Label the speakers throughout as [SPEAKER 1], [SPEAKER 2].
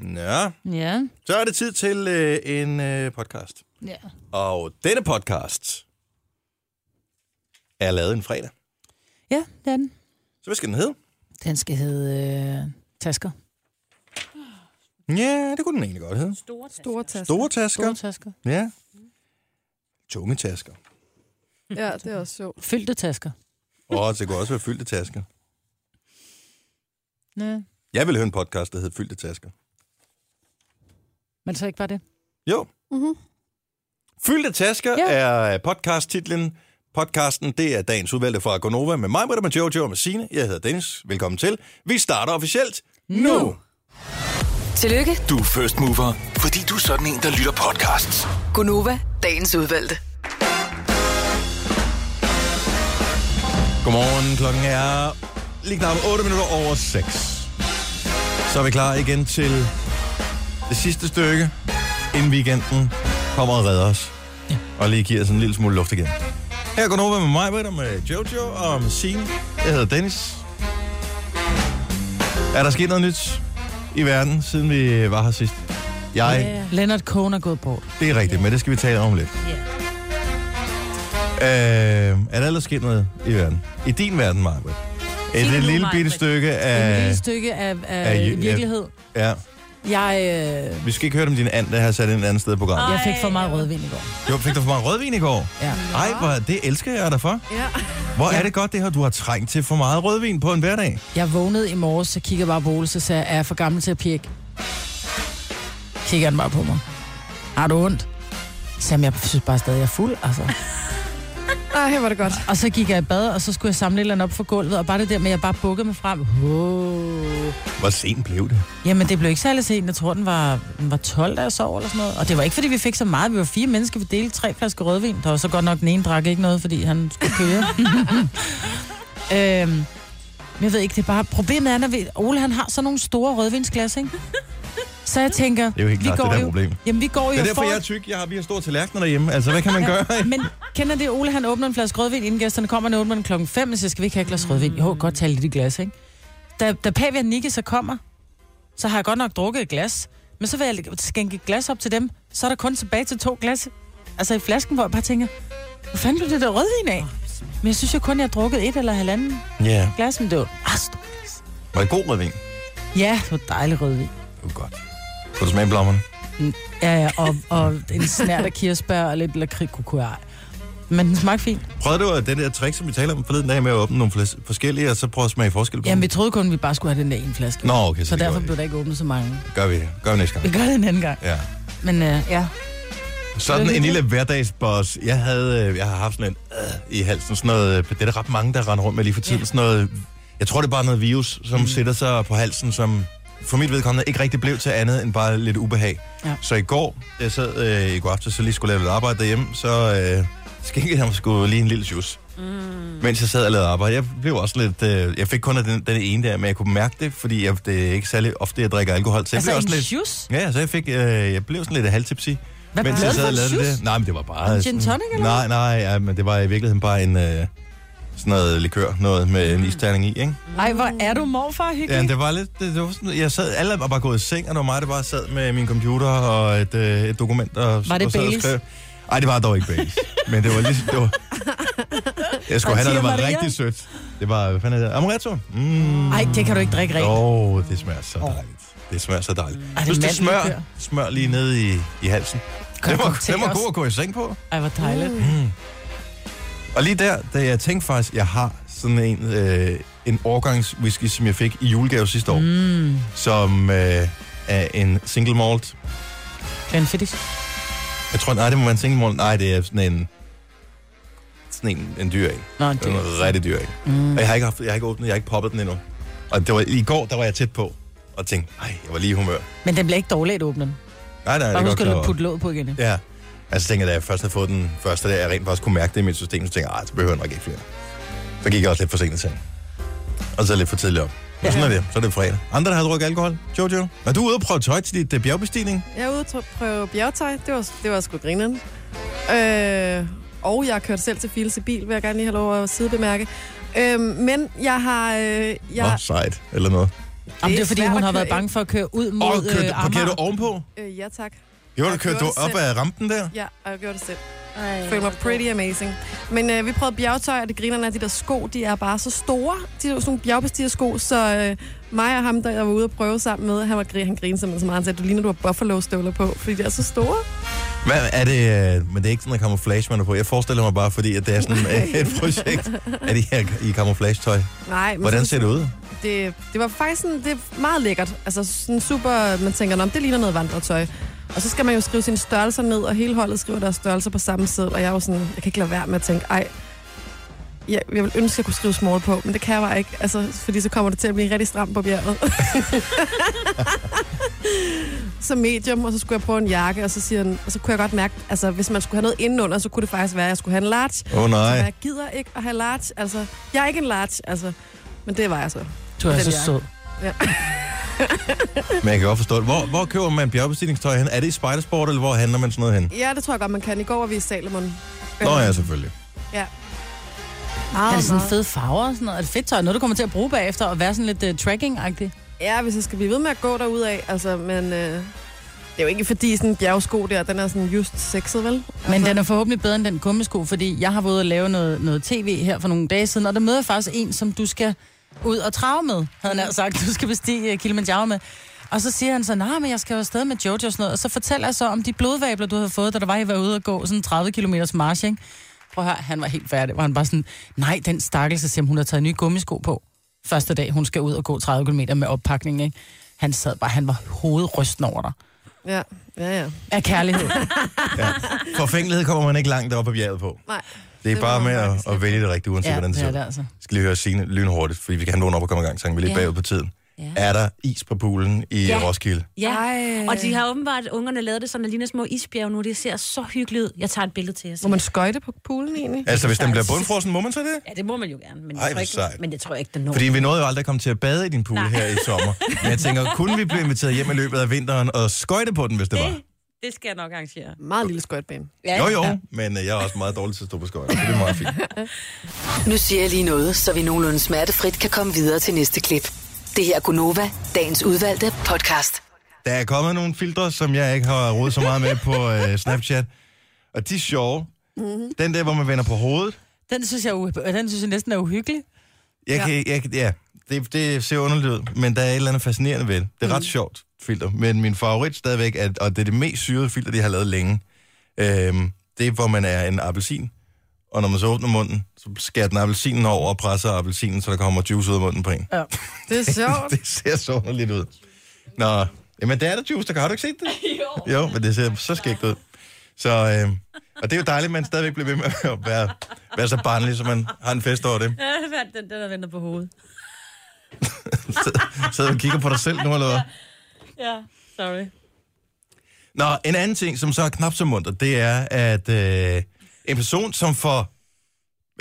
[SPEAKER 1] Nå,
[SPEAKER 2] Ja.
[SPEAKER 1] så er det tid til øh, en øh, podcast.
[SPEAKER 2] ja.
[SPEAKER 1] Og denne podcast er lavet en fredag.
[SPEAKER 2] Ja, det er den.
[SPEAKER 1] Så hvad skal den hedde?
[SPEAKER 2] Den skal hedde øh, Tasker.
[SPEAKER 1] Ja, det kunne den egentlig godt hedde.
[SPEAKER 3] Store tasker.
[SPEAKER 4] Store tasker.
[SPEAKER 1] Store tasker.
[SPEAKER 2] Store tasker.
[SPEAKER 1] Ja. Tunge tasker.
[SPEAKER 4] Ja, det er også sjovt.
[SPEAKER 2] Fyldte tasker.
[SPEAKER 1] Og det kunne også være fyldte tasker.
[SPEAKER 2] Ja.
[SPEAKER 1] Jeg ville høre en podcast, der hed Fyldte tasker.
[SPEAKER 2] Men så ikke bare det.
[SPEAKER 1] Jo.
[SPEAKER 4] Mhm.
[SPEAKER 1] Fyldte tasker ja.
[SPEAKER 2] Ja.
[SPEAKER 1] er podcasttitlen. Podcasten, det er dagens udvalgte fra Gonova med mig, Britta, med Jojo og med Signe. Jeg hedder Dennis. Velkommen til. Vi starter officielt nu. nu.
[SPEAKER 5] Tillykke,
[SPEAKER 6] Du er first mover, fordi du er sådan en, der lytter podcasts.
[SPEAKER 5] Gunova, dagens udvalgte.
[SPEAKER 1] Godmorgen, klokken er lige knap 8 minutter over 6. Så er vi klar igen til det sidste stykke, inden weekenden kommer og redder os. Ja. Og lige giver os en lille smule luft igen. Her går over med mig, Britta, med Jojo og med Signe. Jeg hedder Dennis. Er der sket noget nyt i verden, siden vi var her sidst? Jeg, yeah.
[SPEAKER 2] Leonard Cohen er gået bort.
[SPEAKER 1] det er rigtigt, men det skal vi tale om lidt. Yeah. Øh, er der ellers sket noget i verden? I din verden, Margaret? Et,
[SPEAKER 3] nu,
[SPEAKER 1] et lille bitte
[SPEAKER 3] Maj-Brit.
[SPEAKER 1] stykke
[SPEAKER 2] Et lille
[SPEAKER 1] af...
[SPEAKER 2] stykke af, af
[SPEAKER 1] af- ja.
[SPEAKER 2] virkelighed.
[SPEAKER 1] Ja.
[SPEAKER 2] Jeg, øh,
[SPEAKER 1] Vi skal ikke høre om din and, der har sat en anden sted i programmet.
[SPEAKER 2] jeg fik for meget rødvin i går.
[SPEAKER 1] Jo, fik du for meget rødvin i går?
[SPEAKER 2] Ja.
[SPEAKER 1] Ej, hvor, det elsker jeg dig for.
[SPEAKER 4] Ja.
[SPEAKER 1] Hvor er det godt, det her, du har trængt til for meget rødvin på en hverdag.
[SPEAKER 2] Jeg vågnede i morges, så kiggede jeg bare på Ole, så sagde jeg, er jeg for gammel til at pirke? Kigger han bare på mig. Har du ondt? Så sagde jeg, jeg synes bare stadig, jeg er fuld, altså.
[SPEAKER 4] Ej, hvor er det godt.
[SPEAKER 2] Og så gik jeg i bad, og så skulle jeg samle et eller andet op for gulvet, og bare det der med, at jeg bare bukkede mig frem. Oh.
[SPEAKER 1] Hvor sent blev det?
[SPEAKER 2] Jamen, det blev ikke særlig sent. Jeg tror, den var, den var 12, da jeg sov eller sådan noget. Og det var ikke, fordi vi fik så meget. Vi var fire mennesker, vi delte tre flasker rødvin. Der var så godt nok, den ene drak ikke noget, fordi han skulle køre. øhm, men jeg ved ikke, det er bare... Problemet er, når vi, Ole han har sådan nogle store rødvinsglas, ikke? Så jeg tænker...
[SPEAKER 1] Det er jo helt klart det der
[SPEAKER 2] jo,
[SPEAKER 1] problem.
[SPEAKER 2] Jamen, vi går jo
[SPEAKER 1] Det er
[SPEAKER 2] og
[SPEAKER 1] derfor,
[SPEAKER 2] får-
[SPEAKER 1] jeg er tyk. Jeg har, vi har store tallerkener derhjemme. Altså, hvad kan man gøre?
[SPEAKER 2] Men kender det, Ole, han åbner en flaske rødvin, inden gæsterne kommer, han åbner den klokken 5, så skal vi ikke have et glas rødvin. Jo, godt tage lidt i glas, ikke? Da, da Pavia Nikke så kommer, så har jeg godt nok drukket et glas, men så vil jeg skænke et glas op til dem, så er der kun tilbage til to glas, altså i flasken, hvor jeg bare tænker, hvor fanden blev det der rødvin af? Men jeg synes jo kun, jeg har drukket et eller halvanden
[SPEAKER 1] Ja.
[SPEAKER 2] glas, men det var... Ah, stort.
[SPEAKER 1] Var det god rødvin?
[SPEAKER 2] Ja, det var dejlig rødvin.
[SPEAKER 1] Det var godt. Kunne du smage blommerne?
[SPEAKER 2] Ja, ja, og, og en snært af kirsebær og lidt lakridskukua. Men den smagte fint.
[SPEAKER 1] Prøvede du øh, den der trick, som vi talte om forleden dag med at åbne nogle flas- forskellige, og så prøve at smage forskel på
[SPEAKER 2] Jamen, vi
[SPEAKER 1] dem?
[SPEAKER 2] troede kun, vi bare skulle have den der ene flaske.
[SPEAKER 1] Nå, okay, så,
[SPEAKER 2] Så
[SPEAKER 1] det
[SPEAKER 2] derfor
[SPEAKER 1] gør,
[SPEAKER 2] blev
[SPEAKER 1] vi.
[SPEAKER 2] der ikke åbnet så mange.
[SPEAKER 1] gør vi det. Gør vi næste gang.
[SPEAKER 2] Vi gør det en anden gang.
[SPEAKER 1] Ja.
[SPEAKER 2] Men øh, ja,
[SPEAKER 1] Sådan en
[SPEAKER 2] hyggeligt.
[SPEAKER 1] lille hverdagsboss. Jeg havde, øh, jeg har haft sådan en øh, i halsen, sådan noget, øh, det er der ret mange, der render rundt med lige for tiden, sådan noget, jeg tror det er bare noget virus, som mm. sætter sig på halsen, som for mit vedkommende ikke rigtig blev til andet end bare lidt ubehag.
[SPEAKER 2] Ja.
[SPEAKER 1] Så i går, da jeg sad øh, i går aftes, så lige skulle lave lidt arbejde derhjemme, så øh, skænkede jeg mig sgu lige en lille juice. Mm. Mens jeg sad og lavede arbejde. Jeg blev også lidt, øh, jeg fik kun af den, den ene der, men jeg kunne mærke det, fordi jeg, det er ikke særlig ofte, jeg drikker alkohol. Så jeg
[SPEAKER 2] altså
[SPEAKER 1] blev
[SPEAKER 2] en
[SPEAKER 1] også lidt,
[SPEAKER 2] juice.
[SPEAKER 1] Ja, så jeg fik, øh, jeg blev sådan lidt halvtipsy.
[SPEAKER 2] Hvad
[SPEAKER 1] Mens
[SPEAKER 2] blev
[SPEAKER 1] jeg sad
[SPEAKER 2] det for
[SPEAKER 1] og
[SPEAKER 2] en
[SPEAKER 1] lavede det
[SPEAKER 2] juice?
[SPEAKER 1] der. Nej, men det var bare...
[SPEAKER 2] En gin
[SPEAKER 1] sådan-
[SPEAKER 2] tonic, eller
[SPEAKER 1] Nej, nej, ja, men det var i virkeligheden bare en... Øh, sådan noget likør, noget med
[SPEAKER 2] Mm.
[SPEAKER 1] en isterning i, ikke?
[SPEAKER 2] Ej, hvor er du morfar
[SPEAKER 1] Ja,
[SPEAKER 2] hyggelig?
[SPEAKER 1] det var lidt... Det, det var sådan, jeg sad, alle var bare gået i seng, og det var mig, der bare sad med min computer og et, øh, et dokument og,
[SPEAKER 2] Var det
[SPEAKER 1] og sad og
[SPEAKER 2] Baileys?
[SPEAKER 1] skrev. Ej, det var dog ikke Baileys. men det var lige... Det var, jeg skulle have, noget, der var
[SPEAKER 2] Maria?
[SPEAKER 1] rigtig sødt. Det var... Hvad fanden er det? Amaretto? Mm.
[SPEAKER 2] Ej, det kan du ikke drikke rent.
[SPEAKER 1] Åh, oh, det smager så dejligt. Det smager så dejligt.
[SPEAKER 2] Ej,
[SPEAKER 1] Plus
[SPEAKER 2] det er
[SPEAKER 1] det smør,
[SPEAKER 2] mandlikør.
[SPEAKER 1] smør lige ned i, i halsen.
[SPEAKER 2] Kom,
[SPEAKER 1] Den
[SPEAKER 2] kom
[SPEAKER 1] var,
[SPEAKER 2] til
[SPEAKER 1] den var
[SPEAKER 2] os.
[SPEAKER 1] god at gå Mm. i seng på.
[SPEAKER 2] Ej, hvor dejligt.
[SPEAKER 4] Mm.
[SPEAKER 1] Og lige der, da jeg tænkte faktisk, jeg har sådan en, øh, en årgangs whisky, som jeg fik i julegave sidste år, mm.
[SPEAKER 2] Mm.
[SPEAKER 1] som øh, er en single malt.
[SPEAKER 2] Glenfiddich.
[SPEAKER 1] Jeg tror, nej, det må være en single malt. Nej, det er sådan en, sådan en, en dyr en.
[SPEAKER 2] Nå, det
[SPEAKER 1] Det er en rigtig dyr en. Mm. Og jeg har, ikke haft, jeg har ikke åbnet, jeg har ikke poppet den endnu. Og det var, i går, der var jeg tæt på og tænkte, nej, jeg var lige i humør.
[SPEAKER 2] Men den bliver ikke dårlig at åbne den.
[SPEAKER 1] Nej, nej, det er
[SPEAKER 2] Bare
[SPEAKER 1] godt
[SPEAKER 2] husk
[SPEAKER 1] klar over.
[SPEAKER 2] at putte låg på igen.
[SPEAKER 1] Ja. Altså, tænker jeg, da jeg først havde fået den første, der jeg rent faktisk kunne mærke det i mit system, så tænkte jeg, "Ej, så behøver jeg nok ikke flere. Så gik jeg også lidt for sent i seng. Og så lidt for tidligt op. Men sådan er det. Så er det fredag. Andre, der har drukket alkohol? Jojo? Er du ude og prøve tøj til dit uh, bjergbestigning?
[SPEAKER 4] Jeg er ude og tr- prøve bjergetøj. Det var, det var sgu grineren. Øh, og jeg kørte selv til Fils i bil, vil jeg gerne lige have lov at sidebemærke. Øh, Øhm, men jeg har... Øh,
[SPEAKER 1] Ja.
[SPEAKER 4] jeg,
[SPEAKER 1] Nå, sejt. Eller noget.
[SPEAKER 2] Jamen, det er
[SPEAKER 4] er
[SPEAKER 2] fordi,
[SPEAKER 4] svært
[SPEAKER 2] hun
[SPEAKER 4] at
[SPEAKER 2] har
[SPEAKER 4] køre
[SPEAKER 2] været bange for at køre ud
[SPEAKER 1] Og
[SPEAKER 2] mod øh,
[SPEAKER 1] kørte, parkerede du
[SPEAKER 2] Amager.
[SPEAKER 1] ovenpå?
[SPEAKER 4] Øh, ja, tak.
[SPEAKER 1] Jo, du
[SPEAKER 4] Jeg
[SPEAKER 1] kørte
[SPEAKER 4] gjorde
[SPEAKER 1] du
[SPEAKER 4] det
[SPEAKER 1] op
[SPEAKER 4] selv.
[SPEAKER 1] ad rampen der?
[SPEAKER 4] Ja, og jeg gjorde det selv.
[SPEAKER 2] Ej,
[SPEAKER 4] Jeg følte mig pretty amazing. Men øh, vi prøvede bjergtøj, og det grinerne er, de der sko, de er bare så store. De er jo sådan nogle bjergbestigersko, så øh, mig og ham, der jeg var ude og prøve sammen med, han, var, gri- han grinede simpelthen så meget. Han sagde, du ligner, du har buffalo-støvler på, fordi de er så store.
[SPEAKER 1] Hvad er det? øh, Men det er ikke sådan noget camouflage, man er på. Jeg forestiller mig bare, fordi at det er sådan øh, et projekt af de her i camouflage-tøj.
[SPEAKER 4] Nej, men
[SPEAKER 1] Hvordan
[SPEAKER 4] sådan-
[SPEAKER 1] ser det ud?
[SPEAKER 4] det, det var faktisk sådan, det er meget lækkert. Altså sådan super, man tænker, om det ligner noget vandretøj. Og så skal man jo skrive sine størrelser ned, og hele holdet skriver deres størrelser på samme side. Og jeg er jo sådan, jeg kan ikke lade være med at tænke, ej, jeg, jeg vil ønske, jeg kunne skrive small på, men det kan jeg bare ikke. Altså, fordi så kommer det til at blive rigtig stramt på bjerget. så medium, og så skulle jeg prøve en jakke, og så, siger den, og så kunne jeg godt mærke, altså hvis man skulle have noget indenunder, så kunne det faktisk være, at jeg skulle have en large.
[SPEAKER 1] Åh oh,
[SPEAKER 4] Så
[SPEAKER 1] nej.
[SPEAKER 4] jeg gider ikke at have large, altså jeg er ikke en large, altså. Men det var jeg så.
[SPEAKER 2] Du er
[SPEAKER 4] den
[SPEAKER 2] så
[SPEAKER 4] jakke.
[SPEAKER 2] sød.
[SPEAKER 1] Men jeg kan godt forstå det. Hvor, hvor køber man bjergbestigningstøj hen? Er det i Spidersport, eller hvor handler man sådan noget hen?
[SPEAKER 4] Ja, det tror jeg godt, man kan. I går var vi i Salomon.
[SPEAKER 1] Nå ja, selvfølgelig.
[SPEAKER 2] Er
[SPEAKER 4] meget,
[SPEAKER 2] det sådan
[SPEAKER 4] meget.
[SPEAKER 2] fede farver og sådan noget? Er det fedt tøj? Noget, du kommer til at bruge bagefter og være sådan lidt uh, tracking-agtig?
[SPEAKER 4] Ja, hvis jeg skal blive ved med at gå derudad, altså, men... Øh, det er jo ikke fordi sådan en bjergsko der, den er sådan just sexet, vel? Altså,
[SPEAKER 2] Men den er forhåbentlig bedre end den gummisko, fordi jeg har været ude og lave noget, noget tv her for nogle dage siden, og der møder jeg faktisk en, som du skal ud og trave med, havde han sagt, du skal bestige øh, Kilimanjaro med. Og så siger han så, nej, men jeg skal jo afsted med Jojo og sådan noget. Og så fortæller jeg så om de blodvabler, du havde fået, da der var, I var ude og gå sådan 30 km march, ikke? Prøv at høre, han var helt færdig, hvor han bare sådan, nej, den stakkels, så siger hun har taget nye gummisko på. Første dag, hun skal ud og gå 30 km med oppakning, ikke? Han sad bare, han var hovedrysten over dig.
[SPEAKER 4] Ja, ja, ja.
[SPEAKER 2] Af kærlighed.
[SPEAKER 1] Forfængelighed kommer man ikke langt op på bjerget på.
[SPEAKER 4] Nej.
[SPEAKER 1] Det er
[SPEAKER 4] Det
[SPEAKER 1] bare
[SPEAKER 4] må
[SPEAKER 1] med
[SPEAKER 4] man
[SPEAKER 1] at,
[SPEAKER 4] faktisk
[SPEAKER 1] at vælge det rigtigt, uanset hvordan det ser
[SPEAKER 2] det
[SPEAKER 1] ud.
[SPEAKER 2] er det altså.
[SPEAKER 1] Skal lige høre Signe lynhurtigt, fordi vi kan have nogen op og komme i gang, så vi er lidt
[SPEAKER 3] Ja.
[SPEAKER 1] bagud på tiden.
[SPEAKER 3] Ja.
[SPEAKER 1] Er der is på poolen i
[SPEAKER 3] Ja.
[SPEAKER 1] Roskilde?
[SPEAKER 3] Ja,
[SPEAKER 4] Ej.
[SPEAKER 3] Ej. og de har åbenbart, ungerne lavet det sådan, at ligner små isbjerge nu. Det ser så hyggeligt ud. Jeg tager et billede til jer.
[SPEAKER 4] Må man skøjte på poolen egentlig?
[SPEAKER 1] Altså, hvis den
[SPEAKER 3] Sejt.
[SPEAKER 1] bliver bundfrossen, må man så det?
[SPEAKER 3] Ja, det må man jo gerne, men,
[SPEAKER 1] Ej,
[SPEAKER 3] jeg tror
[SPEAKER 1] hvor sejt.
[SPEAKER 3] ikke, men det tror jeg ikke, den når.
[SPEAKER 1] Fordi vi nåede jo aldrig at komme til at bade i din pool
[SPEAKER 3] Nej.
[SPEAKER 1] her i sommer. Men jeg tænker, kunne vi blive inviteret hjem i løbet af vinteren og skøjte på den, hvis det var?
[SPEAKER 3] det, det skal jeg nok arrangere.
[SPEAKER 4] Meget lille skøjtbane.
[SPEAKER 3] Ja,
[SPEAKER 1] Jo, jo, men øh, jeg er også meget dårlig til at stå på skøjter, så det er meget fint.
[SPEAKER 5] Nu siger jeg lige noget, så vi nogenlunde smertefrit kan komme videre til næste klip. Det her er Gunova, dagens udvalgte podcast.
[SPEAKER 1] Der er kommet nogle filtre, som jeg ikke har rodet så meget med på øh, Snapchat. Og de er sjove. Mm-hmm. Den der, hvor man vender på hovedet.
[SPEAKER 2] Den synes jeg, u- den synes jeg næsten er uhyggelig.
[SPEAKER 1] Jeg kan, jeg, kan- ja, det, det ser underligt ud, men der er et eller andet fascinerende ved det. Det er ret sjovt filter, men min favorit stadigvæk, er, og det er det mest syrede filter, de har lavet længe, øhm, det er, hvor man er en appelsin, og når man så åbner munden, så skærer den appelsinen over og presser appelsinen, så der kommer juice ud af munden på en.
[SPEAKER 2] Ja.
[SPEAKER 4] Det er sjovt.
[SPEAKER 1] det ser så underligt ud. Nå, jamen der er der juice, der har du ikke set det? jo. Jo, men det ser så skægt ud. Så, øh, og det er jo dejligt, at man stadigvæk bliver ved med at være, være så barnlig, så man har en fest over det.
[SPEAKER 3] Øh, den, den er vendt på hovedet.
[SPEAKER 1] Så du og kigger på dig selv nu, eller hvad?
[SPEAKER 3] Ja, sorry.
[SPEAKER 1] Nå, en anden ting, som så er knap så munter, det er, at øh, en person, som for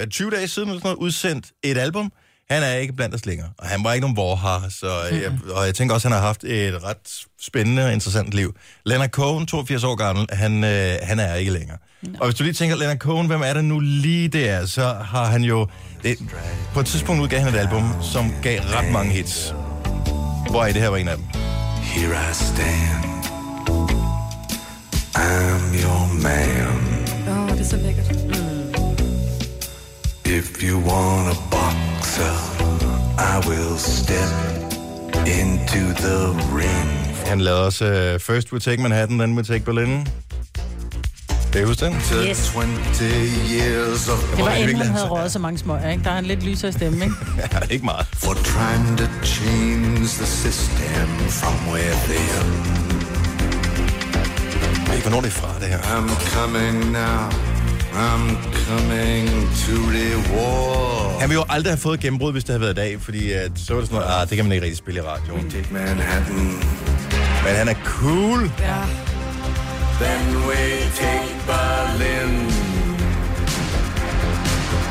[SPEAKER 1] hvad, 20 dage siden eller sådan noget, udsendt et album, han er ikke blandt os længere. Og han var ikke nogen vorhar, så jeg, og jeg tænker også, at han har haft et ret spændende og interessant liv. Leonard Cohen, 82 år gammel, han, øh, han er ikke længere. Og hvis du lige tænker, Leonard Cohen, hvem er det nu lige der, så har han jo... Det, på et tidspunkt udgav han et album, som gav ret mange hits. Hvor det her var en af dem.
[SPEAKER 7] Here I stand. I'm your man. Mm.
[SPEAKER 4] Åh, oh, det er så lækkert.
[SPEAKER 7] If you want a boxer, I will step into the ring.
[SPEAKER 1] Han lavede også uh, First We Take Manhattan, then We Take Berlin. Kan I huske den?
[SPEAKER 3] Yes.
[SPEAKER 7] 20 years of
[SPEAKER 2] Det var
[SPEAKER 1] Hvor er det
[SPEAKER 2] inden
[SPEAKER 1] virkelig,
[SPEAKER 2] han
[SPEAKER 1] han
[SPEAKER 2] havde
[SPEAKER 1] sagde?
[SPEAKER 2] røget så mange smøger, ikke? Der er en lidt lysere stemme, ikke?
[SPEAKER 1] Ja, ikke meget.
[SPEAKER 7] for trying to change the system from within.
[SPEAKER 1] Jeg ved ikke, hvornår det er fra, det her.
[SPEAKER 7] I'm coming now. I'm coming to reward.
[SPEAKER 1] Han ville jo aldrig have fået gennembrud, hvis det havde været i dag, fordi at, så var det sådan noget, ah, det kan man ikke rigtig spille i radioen.
[SPEAKER 7] Manhattan.
[SPEAKER 1] Men han er cool.
[SPEAKER 4] Ja.
[SPEAKER 7] Then we take Berlin.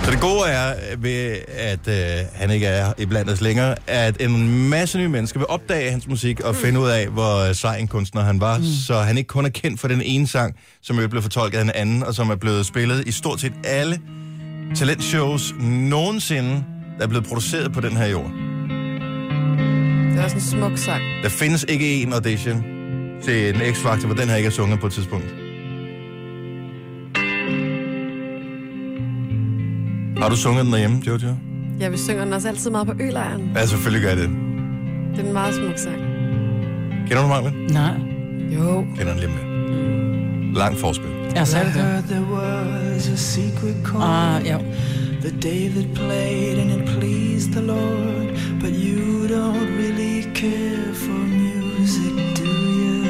[SPEAKER 1] Så det gode er ved, at øh, han ikke er i blandt os længere, at en masse nye mennesker vil opdage hans musik og finde ud af, hvor øh, sej en kunstner han var. Mm. Så han ikke kun er kendt for den ene sang, som jo blev fortolket af en anden, og som er blevet spillet i stort set alle talentshows nogensinde, der er blevet produceret på den her jord.
[SPEAKER 4] ja. er også en smuk sang.
[SPEAKER 1] Der findes ikke en audition til en X-Factor, hvor den her ikke er sunget på et tidspunkt. Har du sunget den derhjemme, Jojo?
[SPEAKER 4] Ja, vi synger den også altid meget på ølejren.
[SPEAKER 1] Ja, selvfølgelig gør jeg det.
[SPEAKER 4] Det er en meget smuk sang.
[SPEAKER 1] Kender du manglen?
[SPEAKER 2] Nej.
[SPEAKER 4] Jo.
[SPEAKER 1] Kender den lidt mere. Langt forspil.
[SPEAKER 2] Ja, så er det det.
[SPEAKER 8] heard there was a secret chord
[SPEAKER 2] Ah, jo.
[SPEAKER 8] that David played and it pleased the Lord. But you don't really care for music, do you?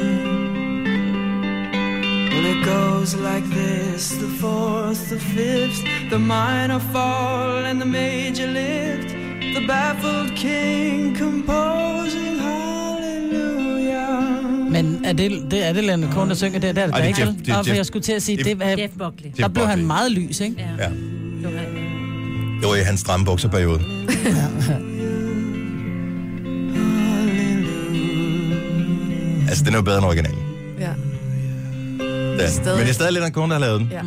[SPEAKER 8] Well, it goes like this the fourth, the fifth, the minor fall, and the major lift. The baffled king composing hallelujah.
[SPEAKER 2] Men er det, det er det Leonard Cohen, der synger det? Det er det
[SPEAKER 1] Ej,
[SPEAKER 2] da
[SPEAKER 1] det er
[SPEAKER 2] ikke,
[SPEAKER 1] Jeff-
[SPEAKER 2] vel?
[SPEAKER 1] det er
[SPEAKER 2] Og for
[SPEAKER 1] Jeff-
[SPEAKER 2] jeg skulle til at sige,
[SPEAKER 1] det-
[SPEAKER 2] det, er,
[SPEAKER 3] Jeff Buckley.
[SPEAKER 1] er
[SPEAKER 2] der blev han
[SPEAKER 1] Buckley.
[SPEAKER 2] meget lys, ikke?
[SPEAKER 3] Ja.
[SPEAKER 1] Ja.
[SPEAKER 3] det var rigtigt.
[SPEAKER 1] Det var i hans stramme bukserperiode. altså, den er jo bedre end originalen.
[SPEAKER 4] Ja.
[SPEAKER 1] Ja.
[SPEAKER 4] Stadig.
[SPEAKER 1] Men det er stadig Leonard Cohen, der har lavet den.
[SPEAKER 4] ja.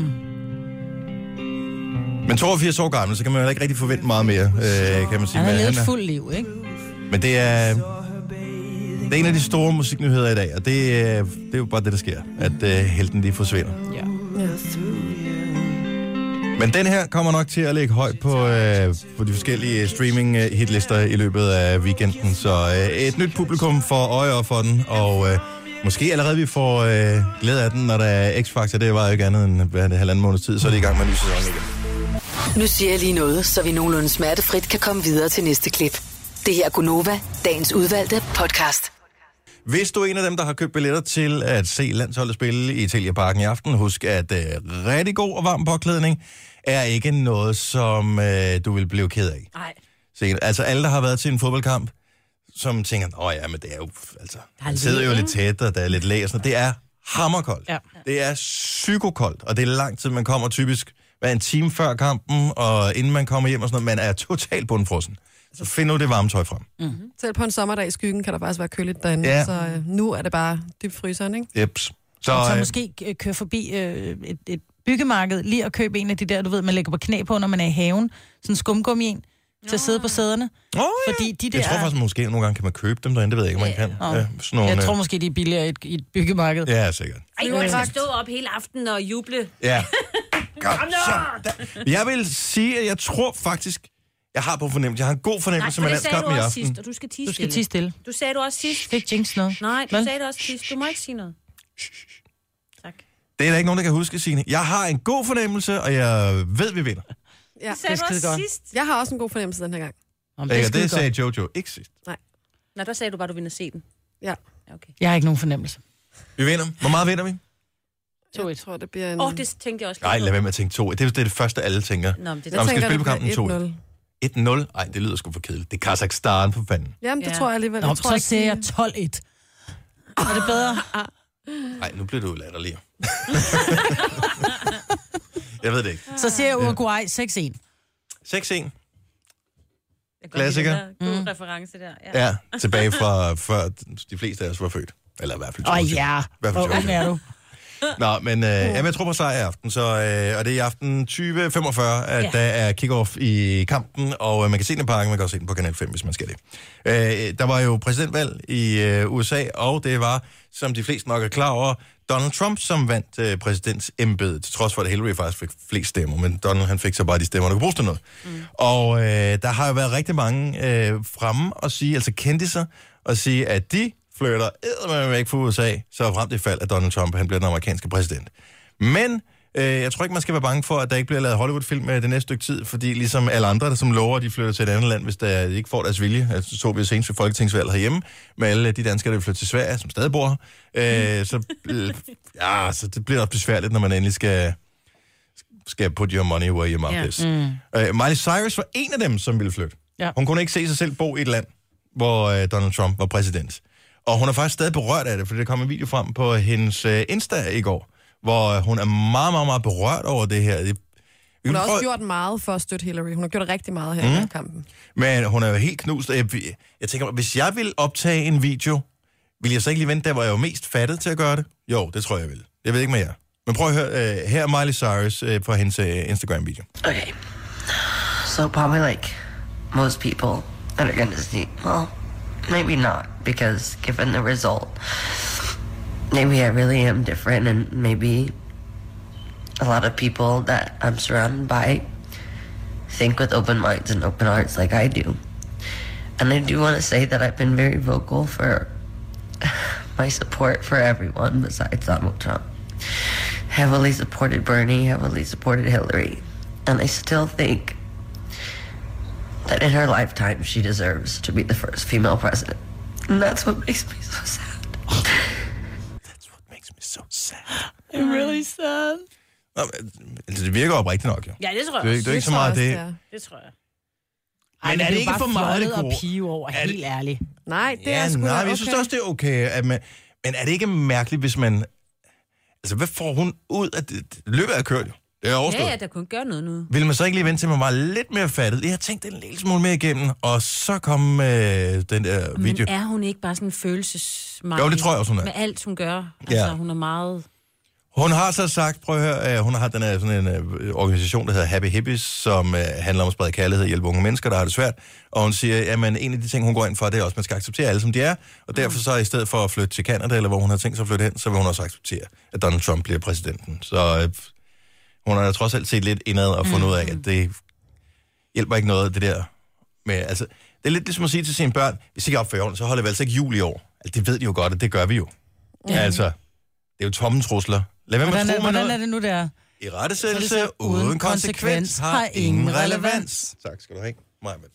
[SPEAKER 1] Men 82 år gammel, så kan man jo ikke rigtig forvente meget mere, øh, kan man sige.
[SPEAKER 2] Han har
[SPEAKER 1] Men
[SPEAKER 2] levet
[SPEAKER 1] er-
[SPEAKER 2] et fuldt liv, ikke?
[SPEAKER 1] Men det er, det er en af de store musiknyheder i dag, og det, er- det er jo bare det, der sker, at øh, helten lige forsvinder.
[SPEAKER 2] Ja.
[SPEAKER 1] Men den her kommer nok til at ligge højt på, øh, på de forskellige streaming-hitlister i løbet af weekenden, så øh, et nyt publikum får øje op for den, og øh, måske allerede vi får øh, glæde af den, når der er X-Factor. Det var jo ikke andet end hvad er det, halvanden måneds tid, så er det i gang med en ny sæson igen.
[SPEAKER 5] Nu siger jeg lige noget, så vi nogenlunde smertefrit kan komme videre til næste klip. Det her er Gunova, dagens udvalgte podcast.
[SPEAKER 1] Hvis du er en af dem, der har købt billetter til at se landsholdet spille i Telia Parken i aften, husk, at øh, rigtig god og varm påklædning er ikke noget, som øh, du vil blive ked af.
[SPEAKER 3] Nej,
[SPEAKER 1] Se, altså alle, der har været til en fodboldkamp, som tænker, åh ja, men det er jo, altså, han sidder jo lidt tæt, og der er lidt læg, og sådan noget." det er hammerkoldt.
[SPEAKER 2] Ja.
[SPEAKER 1] Det er psykokoldt, og det er lang tid, man kommer typisk hver en time før kampen, og inden man kommer hjem og sådan noget, man er totalt bundfrossen.
[SPEAKER 2] Altså-
[SPEAKER 1] Så find nu det varme tøj frem.
[SPEAKER 4] Selv på en sommerdag i skyggen kan der faktisk være køligt derinde.
[SPEAKER 1] Ja.
[SPEAKER 4] Så øh, nu er det bare dybt fryseren, ikke?
[SPEAKER 1] Jeps.
[SPEAKER 2] Og så
[SPEAKER 1] øh,
[SPEAKER 2] måske øh, køre forbi øh, et, et byggemarked, lige at købe en af de der, du ved, man lægger på knæ på, når man er i haven. Sådan en skumgummi en, til at sidde på sæderne.
[SPEAKER 1] Oh,
[SPEAKER 2] Fordi de der...
[SPEAKER 1] Jeg tror faktisk, måske nogle gange kan man købe dem derinde, det ved jeg ikke, om man kan. Ja, sådan nogle,
[SPEAKER 2] jeg tror
[SPEAKER 1] øh,
[SPEAKER 2] måske, de er billigere i et, i et byggemarked. Ja.
[SPEAKER 1] Ja, sikkert.
[SPEAKER 3] Ej, man skal stå op hele aftenen og juble.
[SPEAKER 1] Ja. Godt, så. da- Jeg vil sige, at jeg tror faktisk, jeg har på fornemmelse. Jeg har en god
[SPEAKER 3] Nej,
[SPEAKER 1] fornemmelse
[SPEAKER 3] for
[SPEAKER 1] med
[SPEAKER 3] det sagde du
[SPEAKER 1] landskampen i
[SPEAKER 3] også
[SPEAKER 1] aften.
[SPEAKER 3] sidst, og du skal tige
[SPEAKER 2] Du skal
[SPEAKER 3] stille.
[SPEAKER 2] tige stille.
[SPEAKER 3] Du sagde du også sidst.
[SPEAKER 2] Det er ikke jinx noget.
[SPEAKER 3] Nej, du
[SPEAKER 2] Vel?
[SPEAKER 3] sagde det også sidst. Du må ikke sige noget. Tak.
[SPEAKER 1] Det er der ikke nogen, der kan huske, Signe. Jeg har en god fornemmelse, og jeg ved, vi vinder.
[SPEAKER 4] Ja.
[SPEAKER 3] Det sagde
[SPEAKER 2] det
[SPEAKER 3] du
[SPEAKER 2] er
[SPEAKER 3] også
[SPEAKER 2] skidegodt.
[SPEAKER 3] sidst.
[SPEAKER 4] Jeg har også en god fornemmelse den her gang.
[SPEAKER 2] Nå, men
[SPEAKER 1] Det,
[SPEAKER 2] det
[SPEAKER 1] det, det
[SPEAKER 2] er
[SPEAKER 1] sagde
[SPEAKER 2] sagde...
[SPEAKER 1] Jojo ikke sidst.
[SPEAKER 3] Nå, der sagde du bare, du ville se den.
[SPEAKER 4] Ja.
[SPEAKER 3] Ja, Okay.
[SPEAKER 2] Jeg har ikke nogen fornemmelse.
[SPEAKER 1] Vi vinder. Hvor meget vinder vi?
[SPEAKER 4] Jeg tror, det bliver en...
[SPEAKER 3] Åh, oh, det tænkte jeg også.
[SPEAKER 1] Nej, lad være med at tænke 2 Det er jo det, det første, alle tænker.
[SPEAKER 3] Nå, men det
[SPEAKER 1] Nå,
[SPEAKER 3] der.
[SPEAKER 1] vi skal
[SPEAKER 4] tænker,
[SPEAKER 1] spille
[SPEAKER 4] det
[SPEAKER 1] på kampen
[SPEAKER 4] bliver
[SPEAKER 1] 2-1. 1-0? Nej, det lyder sgu for kedeligt. Det er Kazakhstan på fanden.
[SPEAKER 4] 1-0. Jamen, det
[SPEAKER 3] Ja.
[SPEAKER 4] tror jeg alligevel.
[SPEAKER 2] Nå,
[SPEAKER 4] jeg tror
[SPEAKER 2] så
[SPEAKER 4] ikke,
[SPEAKER 2] ser jeg
[SPEAKER 4] det-
[SPEAKER 2] 12-1. Er det bedre?
[SPEAKER 1] Nej, nu bliver du latterlig. jeg ved det ikke.
[SPEAKER 2] Så ser jeg Uruguay 6-1.
[SPEAKER 1] 6-1.
[SPEAKER 3] Jeg kan godt Mm. lide
[SPEAKER 1] Klassiker.
[SPEAKER 3] den der gode reference der. Ja.
[SPEAKER 1] Ja, tilbage fra før de fleste af os var født. Eller i hvert fald
[SPEAKER 2] Åh oh,
[SPEAKER 1] Jojo.
[SPEAKER 2] ja,
[SPEAKER 1] Hvad for
[SPEAKER 2] hvor ung
[SPEAKER 1] Jojo?
[SPEAKER 2] er du?
[SPEAKER 1] Nå, men øh, jamen, jeg tror på sejr i aften, så, øh, og det er i aften 20.45, at ja. der er kick-off i kampen, og øh, man kan se den i parken, man kan også se den på Kanal 5, hvis man skal det. Øh, der var jo præsidentvalg i øh, USA, og det var, som de fleste nok er klar over, Donald Trump, som vandt øh, præsidentembedet, til trods for, at Hillary faktisk fik flest stemmer, men Donald han fik så bare de stemmer, der kunne bruges til noget. Mm. Og øh, der har jo været rigtig mange øh, fremme og sige, altså kendte sig, og sige, at de flytter eddermame væk fra USA, så frem til fald, at Donald Trump han bliver den amerikanske præsident. Men øh, jeg tror ikke, man skal være bange for, at der ikke bliver lavet Hollywood-film øh, det næste stykke tid, fordi ligesom alle andre, der som lover, at de flytter til et andet land, hvis der de ikke får deres vilje. Altså, så så vi jo senest ved folketingsvalget herhjemme, med alle de danskere, der flytter til Sverige, som stadig bor her. Øh, så, øh, ja, så det bliver nok besværligt, når man endelig skal skal put your money where your mouth
[SPEAKER 3] Ja.
[SPEAKER 1] is. Mm. Uh, Miley Cyrus var en af dem, som ville flytte.
[SPEAKER 2] Ja.
[SPEAKER 1] Hun kunne ikke se sig selv bo i et land, hvor uh, Donald Trump var præsident. Og hun er faktisk stadig berørt af det, for det kom en video frem på hendes uh, Insta i går, hvor uh, hun er meget, meget, meget berørt over det her. Det,
[SPEAKER 4] Hun har også gjort meget for at støtte Hillary. Hun har gjort rigtig meget her mm. i kampen.
[SPEAKER 1] Men hun er jo helt knust. og Jeg, jeg tænker, hvis jeg ville optage en video, ville jeg så ikke lige vente, der var jeg jo mest fattet til at gøre det? Jo, det tror jeg, jeg ville. Jeg ved ikke med jer. Men prøv at høre, uh, her er Miley Cyrus uh, på hendes uh, Instagram-video.
[SPEAKER 9] Okay. So probably like most people that are gonna see, well, Maybe not, because given the result, maybe I really am different, and maybe a lot of people that I'm surrounded by think with open minds and open hearts like I do. And I do want to say that I've been very vocal for my support for everyone besides Donald Trump. Heavily supported Bernie, heavily supported Hillary. And I still think that in her lifetime she deserves to be the first female president. And that's what makes me so sad.
[SPEAKER 1] Makes me so sad.
[SPEAKER 2] I'm really sad.
[SPEAKER 1] Nå, men, altså, det virker oprigtigt nok, jo.
[SPEAKER 2] Ja, det tror jeg
[SPEAKER 1] Det er, ikke-
[SPEAKER 2] også.
[SPEAKER 1] det er ikke så meget det.
[SPEAKER 2] Det tror jeg.
[SPEAKER 1] Men
[SPEAKER 2] men
[SPEAKER 1] er
[SPEAKER 2] det
[SPEAKER 1] det
[SPEAKER 2] jo
[SPEAKER 1] ikke
[SPEAKER 2] bare
[SPEAKER 1] for meget, det
[SPEAKER 2] fjollet
[SPEAKER 1] går?
[SPEAKER 2] at pive over,
[SPEAKER 1] Er det-
[SPEAKER 2] helt ærligt.
[SPEAKER 4] Nej, det er
[SPEAKER 1] Ja,
[SPEAKER 4] sgu da
[SPEAKER 1] nej,
[SPEAKER 4] okay.
[SPEAKER 1] men jeg synes også, det er okay. At man, men er det ikke mærkeligt, hvis man... Altså, hvad får hun ud af det? Løbet er kørt, jo. Det er overstået.
[SPEAKER 3] Ja, ja, der kunne ikke gøre noget nu.
[SPEAKER 1] Vil man så ikke lige vente til, man var lidt mere fattet? Jeg har tænkt den en lille smule mere igennem, og så kom øh, den der
[SPEAKER 3] Men
[SPEAKER 1] video.
[SPEAKER 3] er hun ikke bare sådan en følelsesmand?
[SPEAKER 1] Jo, det tror jeg også, hun er.
[SPEAKER 3] Med alt, hun gør. Altså,
[SPEAKER 1] Ja.
[SPEAKER 3] ja. hun er meget...
[SPEAKER 1] Hun har så sagt, prøv at høre, øh, hun har den her sådan en øh, organisation, der hedder Happy Hippies, som øh, handler om at sprede kærlighed og hjælpe unge mennesker, der har det svært. Og hun siger, at en af de ting, hun går ind for, det er også, at man skal acceptere alle, som de er. Og derfor så i stedet for at flytte til Canada, eller hvor hun har tænkt sig at flytte hen, så vil hun også acceptere, at Donald Trump bliver præsidenten. Så øh, hun har trods alt set lidt indad og fundet ud af, at det hjælper ikke noget, det der med, altså, det er lidt ligesom at sige til sine børn, hvis I ikke opfører jer ordentligt, så holder vi altså ikke jul i år. Altså, det ved de jo godt, og det gør vi jo. Ja. Altså, det er jo tomme trusler. Lad være med at
[SPEAKER 2] Hvordan, er,
[SPEAKER 1] tro med
[SPEAKER 2] hvordan er
[SPEAKER 1] noget.
[SPEAKER 2] det nu, der?
[SPEAKER 1] I rettesættelse uden konsekvens har ingen relevans. Tak skal du have, Majmet.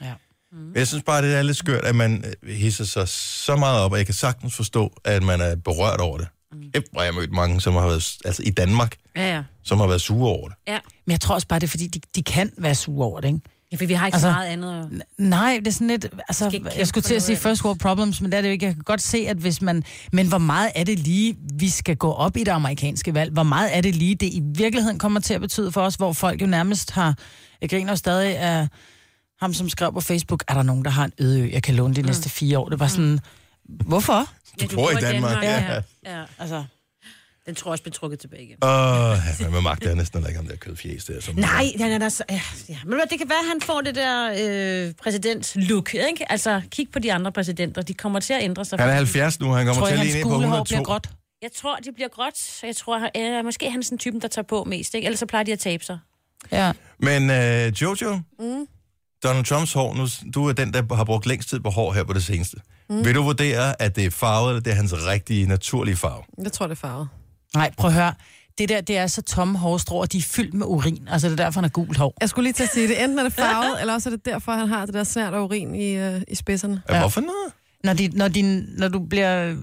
[SPEAKER 2] Ja.
[SPEAKER 1] Men Jeg synes bare, det er lidt skørt, at man øh, hisser sig så meget op, og jeg kan sagtens forstå, at man er berørt over det. Kæft, hvor har jeg mødt mange, som har været, altså i Danmark,
[SPEAKER 3] Ja, ja.
[SPEAKER 1] som har været sure over det.
[SPEAKER 3] Ja,
[SPEAKER 2] Men jeg tror også bare, det er fordi, de, de kan være sure over det, ikke?
[SPEAKER 3] ja for vi har ikke
[SPEAKER 2] Altså-
[SPEAKER 3] så meget andet. at-
[SPEAKER 2] Nej, det er sådan lidt... Altså,
[SPEAKER 3] Skal ikke kæmpe
[SPEAKER 2] jeg skulle
[SPEAKER 3] for
[SPEAKER 2] til at
[SPEAKER 3] noget
[SPEAKER 2] sige
[SPEAKER 3] af det.
[SPEAKER 2] first world problems, men det er det jo ikke. Jeg kan godt se, at hvis man... Men hvor meget er det lige, vi skal gå op i det amerikanske valg? Hvor meget er det lige, det i virkeligheden kommer til at betyde for os, hvor folk jo nærmest har... Jeg griner jo stadig af ham, som skrev på Facebook, er der nogen, der har en øde ø, jeg kan låne de
[SPEAKER 3] Mm.
[SPEAKER 2] næste fire år? Det var sådan... Hvorfor?
[SPEAKER 1] Du
[SPEAKER 3] Ja,
[SPEAKER 1] bor i Danmark,
[SPEAKER 3] Ja. ja.
[SPEAKER 2] Altså,
[SPEAKER 3] Den tror jeg også bliver trukket tilbage igen.
[SPEAKER 1] Åh, oh, man magter næsten heller ikke om det er kødfjæs der. Som
[SPEAKER 3] Nej, han er der så... Ja, ja. Men det kan være, at han får det der øh, præsident-look, ikke? Altså, kig på de andre præsidenter. De kommer til at ændre sig.
[SPEAKER 1] Han er 70 nu, han kommer
[SPEAKER 2] tror
[SPEAKER 1] til
[SPEAKER 2] jeg,
[SPEAKER 1] at
[SPEAKER 2] hans
[SPEAKER 1] ligne en på
[SPEAKER 2] gule hår bliver
[SPEAKER 1] 102.
[SPEAKER 2] gråt?
[SPEAKER 3] Jeg tror, det bliver gråt. så Jeg tror, han, øh, måske han er sådan typen, der tager på mest, ikke? Ellers så plejer de at tabe sig.
[SPEAKER 2] Ja.
[SPEAKER 1] Men øh, Jojo, mm. Donald Trumps hår, nu, du er den, der har brugt længst tid på hår her på det seneste. Mm. Vil du vurdere, at det er farvet, eller det er hans rigtige, naturlige farve?
[SPEAKER 4] Jeg tror, det er farvet.
[SPEAKER 2] Nej, prøv at høre. Det der, det er så tomme hårstrå, og de er fyldt med urin. Altså, det er derfor, han har gult hår.
[SPEAKER 4] Jeg skulle lige til at sige det. Enten er det farvet, eller også er det derfor, han har det der snært og urin i, øh, i spidserne.
[SPEAKER 1] Ja.
[SPEAKER 2] Ja.
[SPEAKER 1] Hvorfor noget?
[SPEAKER 2] Når, de, når, din, når du bliver Når,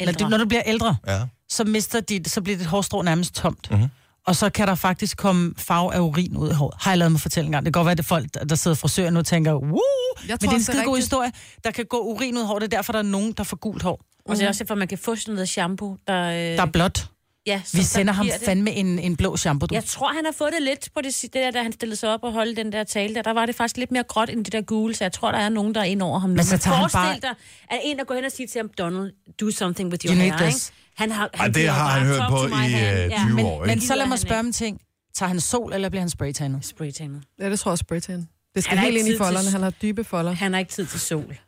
[SPEAKER 3] Ældre.
[SPEAKER 2] du, når du bliver ældre,
[SPEAKER 1] Ja.
[SPEAKER 2] så mister dit, så bliver dit hårstrå nærmest tomt. Mm-hmm. Og så kan der faktisk komme farve af urin ud af håret. Har jeg lavet mig fortælle engang. Det kan godt være, at det er folk, der- der sidder i frisøren nu, tænker, Woo! men det er en
[SPEAKER 4] også, det er
[SPEAKER 2] skide god
[SPEAKER 4] rigtigt.
[SPEAKER 2] historie. Der kan gå urin ud af håret. Det er derfor, der er nogen, der får gult hår.
[SPEAKER 3] Og så er det også derfor, at man kan få sådan noget shampoo, der... Øh,
[SPEAKER 2] Der er blåt.
[SPEAKER 3] ja, som
[SPEAKER 2] Vi
[SPEAKER 3] der
[SPEAKER 2] sender ham
[SPEAKER 3] giver det.
[SPEAKER 2] fandme en, en blå shampoo. Du.
[SPEAKER 3] Jeg tror, han har fået det lidt på det, si- det der, da han stillede sig op og holdt den der tale der. Der var det faktisk lidt mere gråt end det der gule, så jeg tror, der er nogen, der er ind over ham. nu.
[SPEAKER 2] Men så tager han
[SPEAKER 3] forestil
[SPEAKER 2] bare-
[SPEAKER 3] dig, at en, der går hen og siger til ham, Donald, do something with your
[SPEAKER 2] You need
[SPEAKER 3] hair,
[SPEAKER 2] this.
[SPEAKER 3] ikke? Han har,
[SPEAKER 1] Ej, det
[SPEAKER 3] bliver
[SPEAKER 1] har han
[SPEAKER 3] bare,
[SPEAKER 1] hørt
[SPEAKER 3] "Talk
[SPEAKER 1] på
[SPEAKER 3] to my
[SPEAKER 1] i,
[SPEAKER 3] hand."
[SPEAKER 1] øh,
[SPEAKER 3] Ja.
[SPEAKER 1] 20
[SPEAKER 3] Men
[SPEAKER 1] år, ikke?
[SPEAKER 2] Men så lad
[SPEAKER 3] Gider
[SPEAKER 2] mig
[SPEAKER 3] han
[SPEAKER 2] spørge om en ting. Tager han sol, eller bliver han spraytannet?
[SPEAKER 3] spraytannet.
[SPEAKER 4] Ja, det tror jeg også spraytan. Det skal
[SPEAKER 3] Han har
[SPEAKER 4] helt
[SPEAKER 3] ikke
[SPEAKER 4] ind i
[SPEAKER 3] tid til
[SPEAKER 4] folderne.
[SPEAKER 3] s-
[SPEAKER 4] Han har dybe folder.
[SPEAKER 3] Han har ikke tid til sol.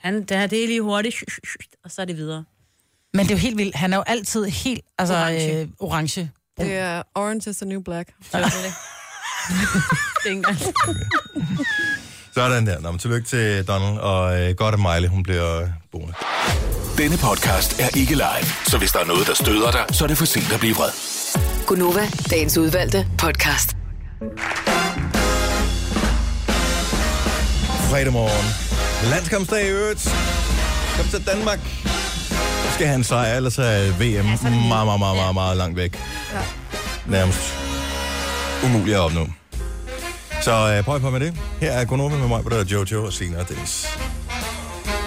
[SPEAKER 3] Han, der, det er lige hurtigt, og så er det videre.
[SPEAKER 2] Men det er jo helt vildt. Han er jo altid helt altså, orange.
[SPEAKER 3] Orange.
[SPEAKER 2] Øh, orange.
[SPEAKER 4] Det er Orange is the New Black.
[SPEAKER 3] Det er ikke engang-
[SPEAKER 1] Sådan der. Nå, men tillykke til Donald, og øh, godt at Miley, hun bliver øh, boende.
[SPEAKER 6] Denne podcast er ikke live, så hvis der er noget, der støder dig, så er det for sent at blive vred.
[SPEAKER 5] Gunova, dagens udvalgte podcast.
[SPEAKER 1] Fredag morgen. Landskampsdag i øvrigt. Kom til Danmark. Vi skal have en sejr, ellers er VM meget, meget, meget, meget, meget langt væk. Ja. Nærmest umuligt at opnå. Så øh, prøv på med det. Her er Gunova med mig, hvor der er Jojo og Sina og Dennis.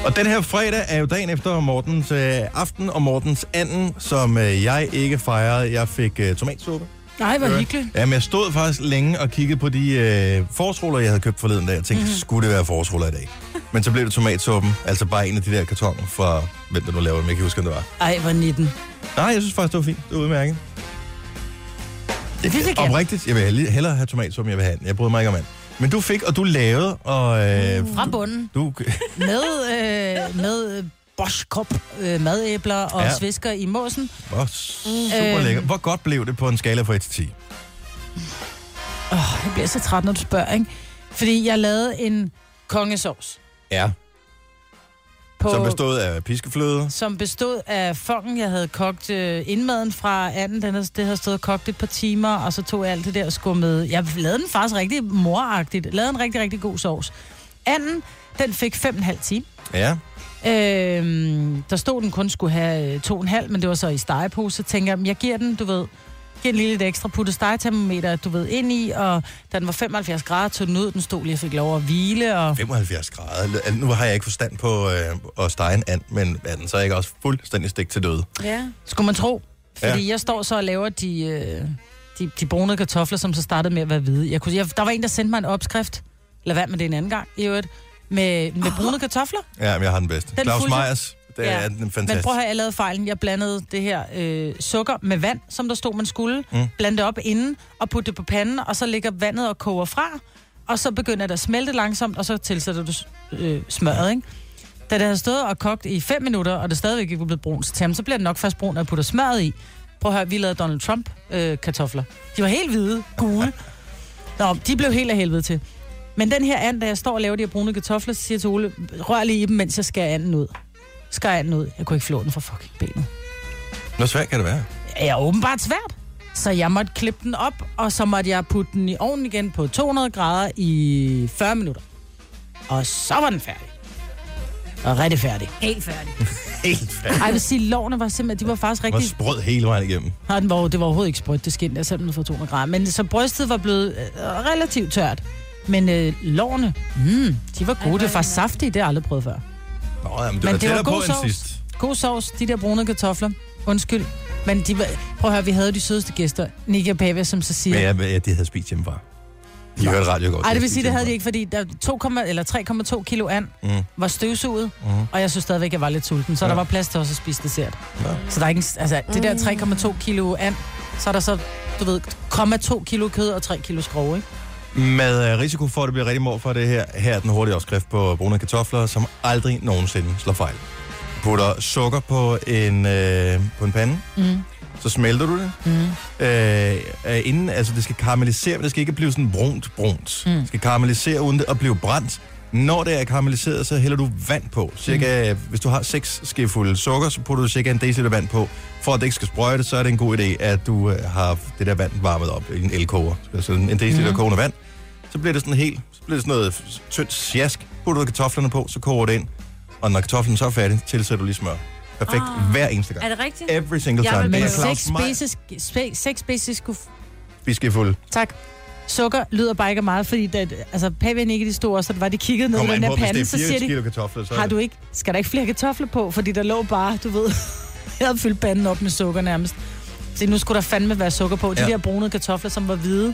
[SPEAKER 1] Og den her fredag er jo dagen efter Mortens øh, aften og Mortens anden, som øh, jeg ikke fejrede. Jeg fik øh, tomatsuppe.
[SPEAKER 2] Nej, hvor hyggeligt.
[SPEAKER 1] Ja, men jeg stod faktisk længe og kiggede på de øh, forårsruller, jeg havde købt forleden dag. Jeg tænkte, mm-hmm. skulle det være forårsruller i dag? Men så blev det tomatsuppen, altså bare en af de der kartoner fra, hvem der nu laver dem, jeg kan ikke huske, om det var.
[SPEAKER 2] Ej, hvor 19.
[SPEAKER 1] Nej, jeg synes faktisk, det var fint. Det var udmærket.
[SPEAKER 2] Det vil jeg gerne.
[SPEAKER 1] Oprigtigt, jeg vil hellere have tomatsuppen, jeg vil have den. Jeg bryder mig ikke om and. Men du fik, og du lavede, og... Øh,
[SPEAKER 2] Fra bunden.
[SPEAKER 1] du,
[SPEAKER 2] Med, øh, med øh, boskop øh, madæbler og
[SPEAKER 1] Ja.
[SPEAKER 2] ja. svisker i måsen.
[SPEAKER 1] hvor super lækker. Hvor godt blev det på en skala fra 1 til 10?
[SPEAKER 2] Åh, jeg bliver så træt, når du spørger, ikke? Fordi jeg lavede en kongesovs.
[SPEAKER 1] Ja.
[SPEAKER 2] På,
[SPEAKER 1] Som bestod af piskefløde.
[SPEAKER 2] som bestod af fongen, jeg havde kogt øh, indmaden fra anden. Den havde, det havde stået kogt et par timer, og så tog jeg alt det der og skummede. Jeg lavede den faktisk rigtig moragtigt. Lavede en rigtig, rigtig god sovs. Anden, den fik 5,5 timer.
[SPEAKER 1] Ja.
[SPEAKER 2] Øhm, der stod, den kun skulle have øh, to og en halv, men det var så i stegepose. Så tænker jeg, "Men jeg giver den, du ved, giver den lige lidt ekstra, putte stegetermometer, du ved, ind i, og da den var 75 grader, tog den ud, den stod lige og fik lov at hvile, og
[SPEAKER 1] 75 grader. altså, Nu har jeg ikke forstand på øh, at stege en and, men er den så ikke også fuldstændig stik til døde?
[SPEAKER 3] Ja.
[SPEAKER 2] Skulle man tro. Fordi
[SPEAKER 1] Ja.
[SPEAKER 2] ja. jeg står så og laver de, øh, de, de brune kartofler, som så startede med at være hvide. Jeg kunne, jeg, der var en, der sendte mig en opskrift. Lad være med det en anden gang, i øvrigt. Med, med brune kartofler.
[SPEAKER 1] Ja, men jeg har den bedste. Den
[SPEAKER 2] Den
[SPEAKER 1] Claus
[SPEAKER 2] fulgte-
[SPEAKER 1] Meyers, det ja. er
[SPEAKER 2] Ja.
[SPEAKER 1] den
[SPEAKER 2] Men
[SPEAKER 1] fantastisk.
[SPEAKER 2] prøv at have, jeg lavede fejlen. Jeg blandede det her øh, sukker med vand, som der stod, man skulle. Mm. Blande det op inden og putte det på panden, og så ligger vandet og koger fra. Og så begynder det at smelte langsomt, og så tilsætter du s- øh, smøret, ikke? Da det havde stået og kogt i 5 minutter, og det stadigvæk ikke var blevet brunt, så, tænkte jeg, så bliver det nok først brunt, når jeg putter smøret i. Prøv at høre, vi lavede Donald Trump-kartofler. de var helt hvide, gule. Nå, de blev helt af helvede til. Men den her and, da jeg står og laver de her brune kartofler, så siger jeg til Ole, rør lige i dem, mens jeg skærer anden ud. Skærer anden ud. Jeg kunne ikke flå den fra fucking benet.
[SPEAKER 1] Hvor svært kan det være?
[SPEAKER 2] Det er åbenbart svært. Så jeg måtte klippe den op, og så måtte jeg putte den i ovnen igen på 200 grader i 40 minutter. Og så var den færdig. Og rigtig færdig.
[SPEAKER 3] Helt færdig.
[SPEAKER 1] Helt færdigt.
[SPEAKER 2] Ej, jeg vil sige, lovene var simpelthen, de var faktisk
[SPEAKER 1] Hvor
[SPEAKER 2] rigtig...
[SPEAKER 1] sprød hele vejen igennem.
[SPEAKER 2] Nej, den var, jo- det var overhovedet ikke sprødt, det skin, der selv den for 200 grader. Men så brystet var blevet øh, relativt tørt. Men øh, lårene, mm, de var gode. det var saftige, det har jeg aldrig prøvet før.
[SPEAKER 1] Nå, jamen, det
[SPEAKER 2] Men
[SPEAKER 1] var
[SPEAKER 2] det var
[SPEAKER 1] tættere på
[SPEAKER 2] god
[SPEAKER 1] end
[SPEAKER 2] sovs.
[SPEAKER 1] sidst.
[SPEAKER 2] God sovs, de der brune kartofler. Undskyld. Men de var, prøv at høre, vi havde de sødeste gæster. Nika og Pava, som så siger...
[SPEAKER 1] Men ja, men ja, de havde spist hjemmefra. De hørte radio godt.
[SPEAKER 2] Ej, det
[SPEAKER 1] havde
[SPEAKER 2] vil
[SPEAKER 1] spist
[SPEAKER 2] sige, det havde de
[SPEAKER 1] hjemmefra.
[SPEAKER 2] ikke, fordi der 2, eller 3,2 kilo and
[SPEAKER 1] Mm.
[SPEAKER 2] mm. var støvsuget, mm. og jeg synes stadigvæk, jeg var lidt sulten, så
[SPEAKER 1] Ja.
[SPEAKER 2] ja. der var plads til også at spise dessert.
[SPEAKER 1] Ja.
[SPEAKER 2] Ja. Så der er ikke, en- altså, det der 3,2 kilo and, så er der så, du ved, 0,2 kilo kød og 3 kilo skrove, ikke?
[SPEAKER 1] Med øh, risiko for, at det bliver rigtig mor for det her, her er den hurtige opskrift på brune kartofler, som aldrig nogensinde slår fejl. Putter sukker på en, øh, på en pande,
[SPEAKER 2] Mm.
[SPEAKER 1] så smelter du det. Mm. Øh, øh, inden, altså det skal karamellisere, men det skal ikke blive sådan brunt, brunt. Mm. Det skal karamellisere uden det og blive brændt. Når det er karamelliseret, så hælder du vand på. Cirka, mm. Hvis du har 6 skefulde sukker, så putter du cirka en deciliter vand på. For at det ikke skal sprøjte, så er det en god idé, at du øh, har det der vand varmet op i en elkoger. Altså en en deciliter mm. kogende vand. Så bliver det sådan helt, så bliver det sådan noget f- tyndt sjask. Putter du kartoflerne på, så koger det ind. Og når kartoflen så er færdig, tilsætter du lige smør. Perfekt oh. hver eneste gang.
[SPEAKER 3] Er det rigtigt?
[SPEAKER 1] Every single
[SPEAKER 3] Jeg
[SPEAKER 1] time.
[SPEAKER 3] vil
[SPEAKER 1] Det er
[SPEAKER 2] Men
[SPEAKER 1] Claus
[SPEAKER 2] 6
[SPEAKER 1] Meyer.
[SPEAKER 2] spises, spe, seks spises skulle
[SPEAKER 1] Vi skal fulde.
[SPEAKER 2] Tak. Sukker lyder bare ikke af meget, fordi da, altså, Pavi og Nikke, de stod også, og det var, de kiggede ned i
[SPEAKER 1] Kommer
[SPEAKER 2] den
[SPEAKER 1] an på,
[SPEAKER 2] der
[SPEAKER 1] hvis det
[SPEAKER 2] pande,
[SPEAKER 1] er
[SPEAKER 2] så
[SPEAKER 1] 4
[SPEAKER 2] siger de,
[SPEAKER 1] kilo kartofler, så
[SPEAKER 2] har du ikke, skal der ikke flere kartofler på? Fordi der lå bare, du ved, jeg havde fyldt panden op med sukker nærmest. Så nu skulle der fandme være sukker på. De
[SPEAKER 1] Ja.
[SPEAKER 2] ja. der brune kartofler, som var hvide,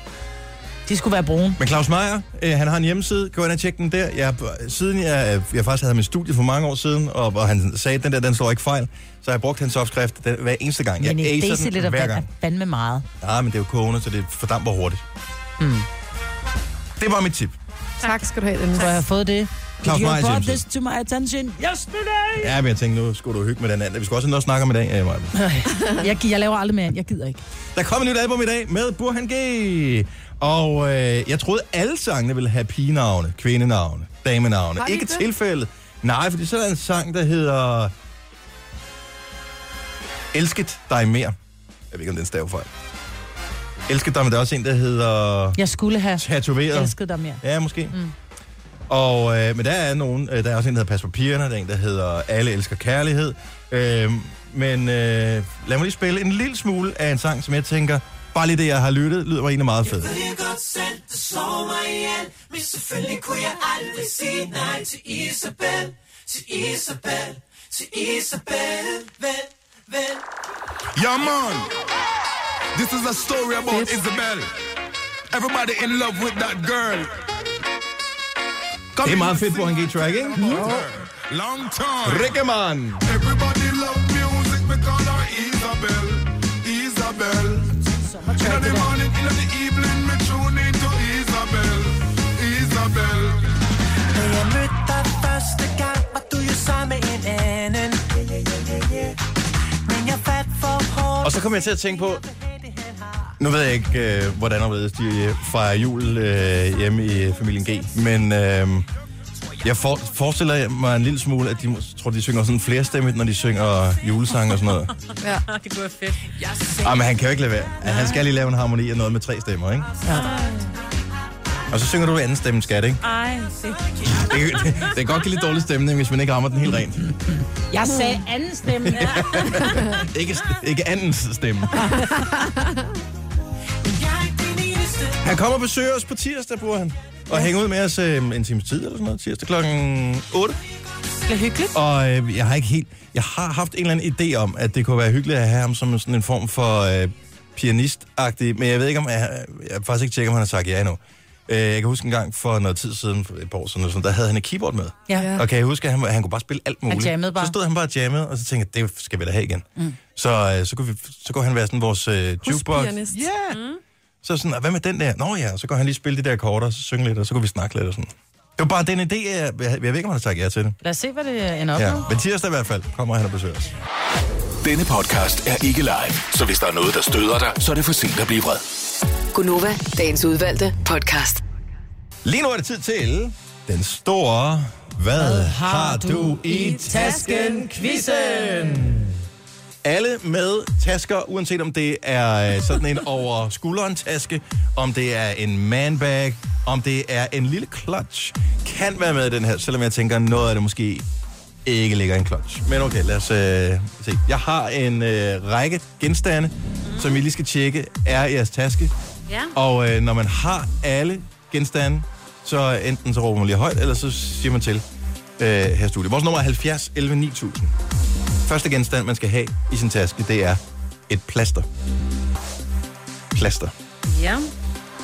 [SPEAKER 2] de skulle være brune.
[SPEAKER 1] Men Claus Meier, øh, han har en hjemmeside. Gå ind og tjek den der. Jeg, siden jeg, øh, jeg faktisk havde min studie for mange år siden, og, og han sagde, at den der, den slår ikke fejl, så har jeg brugt hans opskrift den, hver eneste gang.
[SPEAKER 2] Men
[SPEAKER 1] jeg
[SPEAKER 2] et
[SPEAKER 1] acer
[SPEAKER 2] deciliter
[SPEAKER 1] den hver
[SPEAKER 2] vand er
[SPEAKER 1] gang.
[SPEAKER 2] fandme meget.
[SPEAKER 1] Nej, men det er jo corona, så det fordamper hurtigt. Mm. Det var mit tip.
[SPEAKER 4] Tak skal du have, Dennis.
[SPEAKER 2] Så jeg har fået det.
[SPEAKER 1] Claus
[SPEAKER 2] you
[SPEAKER 1] Meyers
[SPEAKER 2] brought
[SPEAKER 1] hjemmeside.
[SPEAKER 2] this to my attention yesterday.
[SPEAKER 1] Ja, men jeg tænkte, nu skulle du hygge med den anden. Vi skal også have noget at snakke om i dag. Ja, Maja.
[SPEAKER 2] Jeg, gi- jeg laver aldrig mere, end- jeg gider ikke.
[SPEAKER 1] Der kom et nyt album i dag med Burhan G. Og øh, jeg troede, alle sangene ville have pigenavne, kvindenavne, damenavne.
[SPEAKER 4] Har de
[SPEAKER 1] Ikke
[SPEAKER 4] det?
[SPEAKER 1] tilfældet. Nej, fordi så er der en sang, der hedder... Elsket dig mere. Jeg ved ikke, om den stav fejl. Elsket dig, men der er også en, der hedder...
[SPEAKER 2] Jeg skulle have
[SPEAKER 1] Tatoveret.
[SPEAKER 2] elsket dig mere.
[SPEAKER 1] Ja, måske. Mm. Og, øh, men der er nogen, øh, der er også en, der hedder Pas på pigerne, der er en, der hedder Alle elsker kærlighed. Øh, men øh, lad mig lige spille en lille smule af en sang, som jeg tænker, bare lige det, jeg har lyttet, lyder mig egentlig meget fedt.
[SPEAKER 10] Jeg godt selv, det slår mig ihjel Men selvfølgelig kunne jeg aldrig sige nej til Isabel Til Isabel, til Isabel Vel, vel
[SPEAKER 11] Yeah, man. This is a story about Isabel. Everybody in love with that girl.
[SPEAKER 1] Det er meget fedt, hvor han gik track, ikke?
[SPEAKER 11] Long time.
[SPEAKER 1] Rickemann!
[SPEAKER 11] Everybody love music. We call her Isabel. Isabel. In the morning, in the evening, we tune into Isabel.
[SPEAKER 1] Og så kom jeg til at tænke på, nu ved jeg ikke, øh, hvordan og hvorledes de øh, fejrer jul øh, hjemme i øh, familien G, men øh, jeg for, forestiller mig en lille smule, at de må- tror, de synger sådan flerstemmigt, når de synger julesange og sådan noget.
[SPEAKER 4] Ja.
[SPEAKER 3] det kunne være fedt.
[SPEAKER 1] Ej, Ah, men han kan jo ikke lade være. Han skal lige lave en harmoni af noget med tre stemmer, ikke?
[SPEAKER 2] Ja.
[SPEAKER 1] Og så synger du anden stemme, skat, ikke?
[SPEAKER 3] Ej, det.
[SPEAKER 1] Det, kan- det kan godt give lidt dårlig stemning, hvis man ikke rammer den helt rent.
[SPEAKER 2] Jeg sagde anden stemme.
[SPEAKER 1] Ikke, ikke andens stemme. Han kommer og besøger os på tirsdag, bruger han. Og ja. hænger ud med os øh, en times tid eller sådan noget. Tirsdag klokken 8.
[SPEAKER 2] Det er hyggeligt.
[SPEAKER 1] Og øh, jeg har ikke helt... Jeg har haft en eller anden idé om, at det kunne være hyggeligt at have ham som sådan en form for øh, pianist-agtig. Men jeg ved ikke om... Jeg, jeg har faktisk ikke tjekket, om han har sagt ja endnu. Øh, jeg kan huske en gang for noget tid siden, for et par år siden, eller sådan, der havde han et keyboard med.
[SPEAKER 2] Ja.
[SPEAKER 1] Og kan jeg huske, at han, han kunne bare spille alt muligt.
[SPEAKER 2] jammede bare.
[SPEAKER 1] Så stod han bare og jammede, og så tænkte jeg, det skal vi da have igen. Mm. Så, øh, så, kunne vi, så kunne han være sådan vores øh, jukebox.
[SPEAKER 4] Huspianist.
[SPEAKER 1] Ja. Så sådan, "Og hvad med den der? Nå ja, så går han lige spille de der akkorder, og så synge lidt, og så kunne vi snakke lidt og sådan. Det var bare den idé, jeg, jeg, jeg ved ikke, om han har sagt ja til det.
[SPEAKER 2] Lad os se, hvad det ender op
[SPEAKER 1] Ja,
[SPEAKER 2] med.
[SPEAKER 1] men tirsdag i hvert fald kommer han og besøger os.
[SPEAKER 6] Denne podcast er ikke live, så hvis der er noget, der støder dig, så er det for sent at blive vred.
[SPEAKER 5] Gunova, dagens udvalgte podcast.
[SPEAKER 1] Lige nu er det tid til den store Hvad har du i tasken quizzen? Alle med tasker, uanset om det er øh, sådan en over skulderen taske, om det er en manbag, om det er en lille clutch, kan være med i den her, selvom jeg tænker, noget af det måske ikke ligger i en clutch. Men okay, lad os øh, se. Jeg har en øh, række genstande, som I lige skal tjekke, er i jeres taske.
[SPEAKER 3] Ja.
[SPEAKER 1] Og øh, når man har alle genstande, så enten så råber man lige højt, eller så siger man til øh, her i studiet. Vores nummer er 70 11 9000. Første genstand, man skal have i sin taske, det er et plaster. Plaster.
[SPEAKER 3] Ja.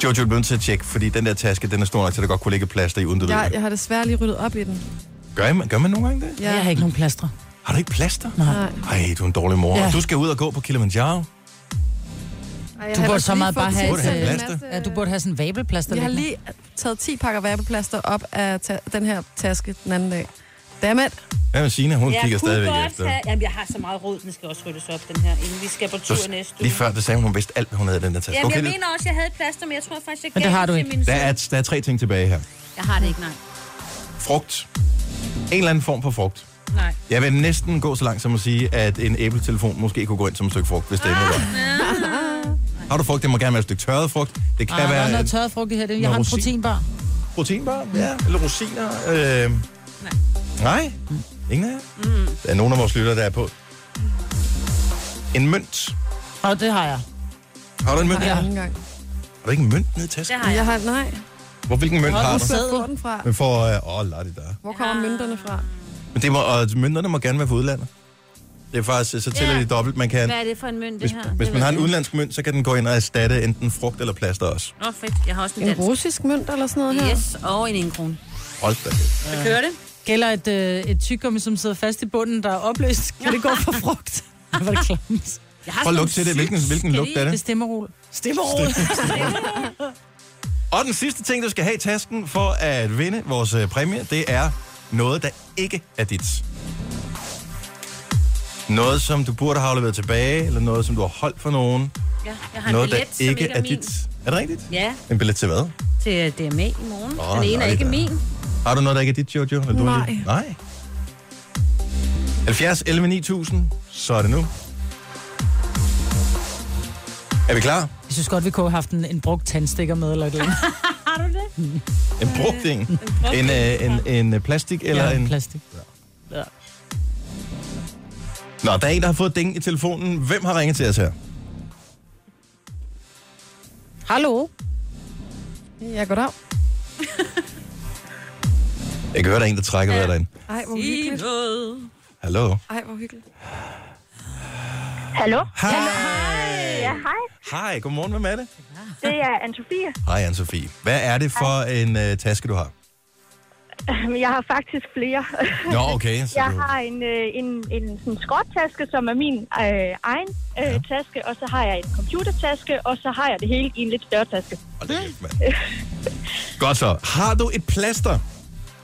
[SPEAKER 1] Jojo er nødt til at tjekke, fordi den der taske, den er stor nok til, at der godt kunne ligge et plaster i, uden du ved
[SPEAKER 4] Jeg,
[SPEAKER 1] det.
[SPEAKER 4] jeg har desværre lige ryddet op i den.
[SPEAKER 1] Gør, I- gør man nogle gange det?
[SPEAKER 4] Ja.
[SPEAKER 2] Jeg har ikke nogen plastre.
[SPEAKER 1] Har du ikke plaster?
[SPEAKER 4] Nej.
[SPEAKER 1] Ej, du er en dårlig mor.
[SPEAKER 2] Ja.
[SPEAKER 1] Ja. Du skal ud og gå på Kilimanjaro.
[SPEAKER 4] Ej, jeg
[SPEAKER 2] Du burde
[SPEAKER 4] har ellers
[SPEAKER 2] så
[SPEAKER 4] lige
[SPEAKER 2] meget
[SPEAKER 4] fået
[SPEAKER 2] bare have,
[SPEAKER 1] Burde have
[SPEAKER 2] et, øh,
[SPEAKER 1] plaster.
[SPEAKER 2] ja, du burde have sådan en vabelplaster.
[SPEAKER 4] Jeg har
[SPEAKER 2] liggende.
[SPEAKER 4] lige taget 10 pakker værbeplaster op af ta- den her taske den anden dag. Dammit.
[SPEAKER 1] Hvad med Signe? Hun
[SPEAKER 3] jeg
[SPEAKER 1] kigger
[SPEAKER 3] kunne
[SPEAKER 1] stadigvæk
[SPEAKER 3] godt
[SPEAKER 1] efter.
[SPEAKER 3] Have, jamen, jeg har så meget råd, den skal også ryddes op, den her, inden vi skal på tur
[SPEAKER 1] Så,
[SPEAKER 3] næste uge.
[SPEAKER 1] lige før, det sagde hun, hun vidste alt, hvad hun havde i den der taske.
[SPEAKER 3] Jamen, okay, jeg
[SPEAKER 1] det-
[SPEAKER 3] mener også, jeg havde et plaster, men jeg tror faktisk, jeg
[SPEAKER 1] Men
[SPEAKER 3] gav
[SPEAKER 1] det har du
[SPEAKER 3] til
[SPEAKER 1] ikke.
[SPEAKER 3] min
[SPEAKER 1] Der
[SPEAKER 3] søn.
[SPEAKER 1] er, der er tre ting tilbage her.
[SPEAKER 3] Jeg har det ikke, nej.
[SPEAKER 1] Frugt. En eller anden form for frugt.
[SPEAKER 3] Nej.
[SPEAKER 1] Jeg vil næsten gå så langt som at sige, at en æbletelefon måske kunne gå ind som et stykke frugt, hvis det er noget. Har du frugt, det må gerne være et stykke tørret frugt. Det kan
[SPEAKER 2] Ej, Ah, der
[SPEAKER 1] være
[SPEAKER 2] er noget
[SPEAKER 1] en
[SPEAKER 2] tørret frugt i her. Det- Jeg
[SPEAKER 1] Noget
[SPEAKER 2] har en
[SPEAKER 1] rosin.
[SPEAKER 2] proteinbar.
[SPEAKER 1] proteinbar, ja,
[SPEAKER 2] Mm.
[SPEAKER 1] eller rosiner. Øh... Nej. Nej? Ingen af jer?
[SPEAKER 2] Mm.
[SPEAKER 1] Der er nogen af vores lyttere, der er på. En mønt.
[SPEAKER 2] Og det har jeg.
[SPEAKER 1] Har du en mønt?
[SPEAKER 4] Ja.
[SPEAKER 1] Har du ikke en mønt nede i tasken?
[SPEAKER 4] Jeg har, jeg har nej.
[SPEAKER 1] Hvor, hvilken mønt
[SPEAKER 4] Hvor
[SPEAKER 1] har
[SPEAKER 4] har
[SPEAKER 1] du?
[SPEAKER 4] du fået den fra?
[SPEAKER 1] Men for, øh, åh, lad det der.
[SPEAKER 4] Hvor kommer mønterne fra?
[SPEAKER 1] Men det må, og mønterne må gerne være fra udlandet. Det er faktisk, øh, så tæller
[SPEAKER 3] Ja.
[SPEAKER 1] de dobbelt. Man kan,
[SPEAKER 3] Hvad er det for en mønt, det
[SPEAKER 1] hvis,
[SPEAKER 3] her?
[SPEAKER 1] hvis man har en udenlandsk mønt, så kan den gå ind og erstatte enten frugt eller plaster også.
[SPEAKER 3] Åh, oh, fedt. Jeg har også en
[SPEAKER 4] En
[SPEAKER 3] dansk.
[SPEAKER 4] russisk mønt eller sådan noget her?
[SPEAKER 3] Yes, og en enkrone.
[SPEAKER 1] Hold da.
[SPEAKER 3] Så kører det.
[SPEAKER 2] Gælder et, øh, et tyggegummi, som sidder fast i bunden, der er opløst. Kan det gå for frugt? Hvor er det klamt.
[SPEAKER 3] Jeg
[SPEAKER 1] Prøv at lugte til det. Hvilken, hvilken lugt er
[SPEAKER 2] Det
[SPEAKER 1] det?
[SPEAKER 2] stemmer roligt. Stemmerol.
[SPEAKER 1] Og den sidste ting, du skal have i tasken for at vinde vores øh, præmie, det er noget, der ikke er dit. Noget, som du burde have afleveret tilbage, eller noget, som du har holdt for nogen.
[SPEAKER 3] Ja, jeg har en
[SPEAKER 1] noget,
[SPEAKER 3] billet,
[SPEAKER 1] der
[SPEAKER 3] som
[SPEAKER 1] ikke,
[SPEAKER 3] ikke
[SPEAKER 1] er,
[SPEAKER 3] er min.
[SPEAKER 1] dit. Er det rigtigt?
[SPEAKER 3] Ja,
[SPEAKER 1] En billet til hvad?
[SPEAKER 3] til øh, DMA i morgen.
[SPEAKER 1] Åh,
[SPEAKER 3] Oh, den ene er
[SPEAKER 1] nej,
[SPEAKER 3] ikke
[SPEAKER 1] da.
[SPEAKER 3] min.
[SPEAKER 1] Har du noget, der ikke er dit, Jojo? Eller du har
[SPEAKER 3] Nej.
[SPEAKER 1] dit? Nej. 70 11 9000, så er det nu. Er vi klar?
[SPEAKER 2] Jeg synes godt, vi kunne have haft en, en brugt tandstikker med eller et eller andet.
[SPEAKER 3] Har du det?
[SPEAKER 1] En brugt en. En, øh, en, en, en plastik eller
[SPEAKER 2] Ja,
[SPEAKER 1] en...
[SPEAKER 2] en plastik.
[SPEAKER 3] Ja.
[SPEAKER 1] Nå, der er en, der har fået ding i telefonen. Hvem har ringet til os her?
[SPEAKER 2] Hallo?
[SPEAKER 4] Ja, goddag.
[SPEAKER 1] Jeg kan høre, der er en, der trækker ja. derinde.
[SPEAKER 4] Ej, hvor hyggeligt.
[SPEAKER 1] Hallo?
[SPEAKER 4] Ej, hvor hyggeligt.
[SPEAKER 12] Hallo?
[SPEAKER 1] Hej.
[SPEAKER 12] Ja, hej.
[SPEAKER 1] Hej, godmorgen. Hvem er det?
[SPEAKER 12] Det er Anne-Sophie.
[SPEAKER 1] Hej, anne Sofie. Hvad er det for en øh, taske, du har?
[SPEAKER 12] Men Jeg har faktisk flere.
[SPEAKER 1] Nå, okay, så
[SPEAKER 12] jeg
[SPEAKER 1] du-
[SPEAKER 12] har en, øh, en, en sådan skråttaske, som er min øh, egen øh, taske, og så har jeg en computertaske, og så har jeg det hele i en lidt større taske.
[SPEAKER 1] Godt så. Har du et plaster?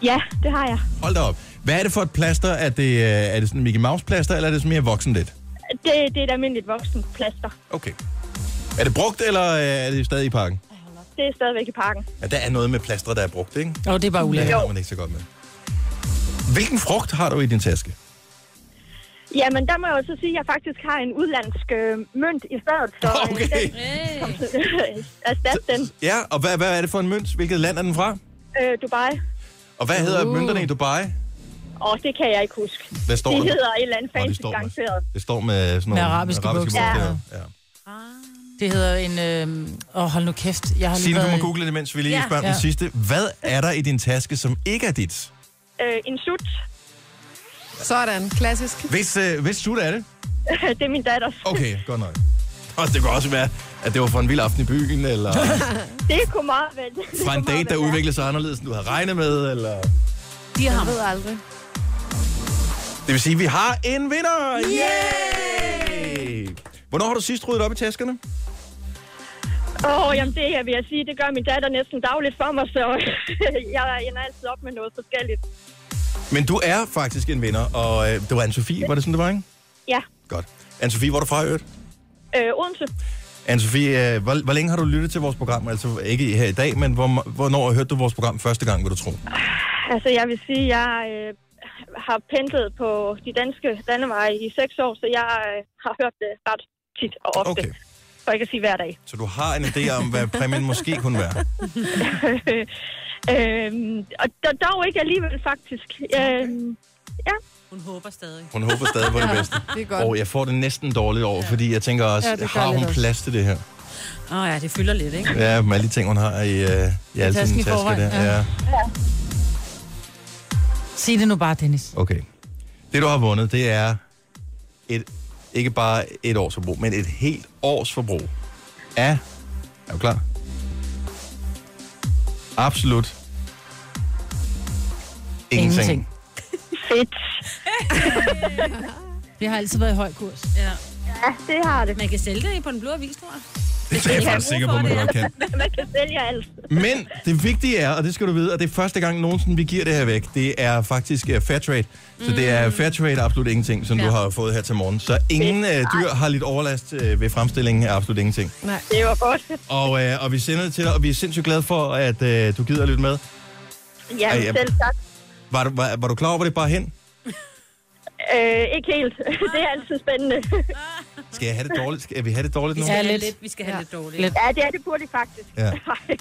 [SPEAKER 12] Ja, det har jeg.
[SPEAKER 1] Hold da op. Hvad er det for et plaster? Er det, øh, er det sådan en Mickey Mouse-plaster, eller er det sådan mere voksen lidt?
[SPEAKER 12] Det, det er et almindeligt voksenplaster.
[SPEAKER 1] Okay. Er det brugt, eller øh, er det stadig i pakken?
[SPEAKER 12] Det er stadigvæk i pakken.
[SPEAKER 1] Ja, der er noget med plastre, der er brugt, ikke?
[SPEAKER 2] Åh, det er bare ulækkert.
[SPEAKER 1] Det har man ikke så godt med. Hvilken frugt har du i din taske?
[SPEAKER 12] Jamen, der må jeg jo så sige, at jeg faktisk har en udlandsk øh, mønt i stedet, så øh,
[SPEAKER 1] Okay.
[SPEAKER 12] den kom til erstat den.
[SPEAKER 1] Ja, og hvad, hvad er det for en mønt? Hvilket land er den fra?
[SPEAKER 12] Øh, Dubai.
[SPEAKER 1] Og hvad hedder
[SPEAKER 12] Uh.
[SPEAKER 1] mønterne i Dubai?
[SPEAKER 12] Åh, det kan jeg ikke huske.
[SPEAKER 1] Hvad står
[SPEAKER 12] de
[SPEAKER 1] der?
[SPEAKER 12] hedder et eller andet
[SPEAKER 1] Åh, det
[SPEAKER 12] fancy
[SPEAKER 1] står der.
[SPEAKER 12] garanteret.
[SPEAKER 1] Det står med sådan
[SPEAKER 2] Med
[SPEAKER 1] nogle
[SPEAKER 2] arabiske bogstaver.
[SPEAKER 1] bogstaver. Ja.
[SPEAKER 2] Det hedder en... Øh... Åh, hold nu kæft. Jeg har øh, lige
[SPEAKER 1] Signe, du
[SPEAKER 2] været
[SPEAKER 1] må
[SPEAKER 2] i-
[SPEAKER 1] google det, mens vi lige
[SPEAKER 2] Ja.
[SPEAKER 1] spørger den
[SPEAKER 2] Ja.
[SPEAKER 1] sidste. Hvad er der i din taske, som ikke er dit?
[SPEAKER 12] Øh, en sut.
[SPEAKER 4] Sådan, klassisk.
[SPEAKER 1] Hvis, øh, hvis sut er det?
[SPEAKER 12] det er min datters.
[SPEAKER 1] Okay, godt nok. Og det kunne også være, at det var for en vild aften i byen, eller
[SPEAKER 12] det kunne meget vel.
[SPEAKER 1] fra en date, der udviklede sig anderledes, end du havde regnet med, eller... Det
[SPEAKER 4] De har ved aldrig.
[SPEAKER 1] vil sige, at vi har en vinder! Yay! Hvornår har du sidst ryddet op i taskerne?
[SPEAKER 12] Åh, oh, jamen det her vil jeg sige, det gør min datter næsten dagligt for mig, så jeg ender altid op med noget forskelligt.
[SPEAKER 1] Men du er faktisk en vinder, og øh, det var Anne-Sophie, var det sådan, det var, ikke?
[SPEAKER 12] Ja,
[SPEAKER 1] Godt. Anne-Sophie, hvor er du fra, i øvrigt?
[SPEAKER 12] øh, Odense.
[SPEAKER 1] Anne-Sophie, øh, hvor, hvor længe har du lyttet til vores program? Altså ikke her i dag, men hvor, hvornår hørte du vores program første gang, vil du tro?
[SPEAKER 12] Altså jeg vil sige, jeg øh, har pendlet på de danske landeveje i seks år, så jeg øh, har hørt det ret tit og ofte.
[SPEAKER 1] Okay.
[SPEAKER 12] For ikke at sige hver dag.
[SPEAKER 1] Så du har en idé om, hvad præmien måske kunne være.
[SPEAKER 12] øhm, og der dog ikke alligevel faktisk. Øhm, ja.
[SPEAKER 3] Hun håber stadig.
[SPEAKER 1] Hun håber stadig på det bedste.
[SPEAKER 12] det er
[SPEAKER 4] Oh,
[SPEAKER 1] Og jeg får det næsten dårligt over, fordi jeg tænker også,
[SPEAKER 3] Ja,
[SPEAKER 1] ja,
[SPEAKER 3] det gør
[SPEAKER 1] har
[SPEAKER 3] lidt
[SPEAKER 1] hun
[SPEAKER 3] også.
[SPEAKER 1] plads til det her?
[SPEAKER 3] Åh oh, ja, det fylder lidt, ikke?
[SPEAKER 1] Ja, med alle de ting, hun har i, øh, i altid
[SPEAKER 2] tasken i
[SPEAKER 1] en taske
[SPEAKER 2] forvejen,
[SPEAKER 1] der. Ja.
[SPEAKER 2] ja.
[SPEAKER 1] ja,
[SPEAKER 2] Sig det nu bare, Dennis.
[SPEAKER 1] okay. Det, du har vundet, det er et, ikke bare et års forbrug, men et helt års forbrug af, er du klar? Absolut ingenting. ingenting.
[SPEAKER 12] Fedt.
[SPEAKER 2] det har altid været i høj kurs.
[SPEAKER 3] Ja.
[SPEAKER 12] ja, det har det.
[SPEAKER 3] Man kan sælge det på den blå avis, tror jeg.
[SPEAKER 1] Det er jeg faktisk sikker på, man godt kan.
[SPEAKER 12] Man kan sælge alt.
[SPEAKER 1] Men det vigtige er, og det skal du vide, og det er første gang nogensinde, vi giver det her væk, det er faktisk uh, Fairtrade. Så det er Fairtrade absolut ingenting, som Mm. ja. du har fået her til morgen. Så ingen uh, dyr har lidt overlast uh, ved fremstillingen af absolut ingenting.
[SPEAKER 4] Nej.
[SPEAKER 12] Det var godt.
[SPEAKER 1] Og, uh, og vi sender det til dig, og vi er sindssygt glade for, at uh, du gider at lytte med.
[SPEAKER 12] Ja,
[SPEAKER 1] Ej, jeg-
[SPEAKER 12] selv tak.
[SPEAKER 1] Var, du- var, var du klar over, hvor det bare hen?
[SPEAKER 12] Øh, ikke helt. det er altid spændende.
[SPEAKER 1] Skal jeg have det dårligt? Skal vi have det dårligt nu?
[SPEAKER 3] Vi skal have ja. lidt dårligt.
[SPEAKER 12] Ja, det er det burde det faktisk.
[SPEAKER 1] Ja.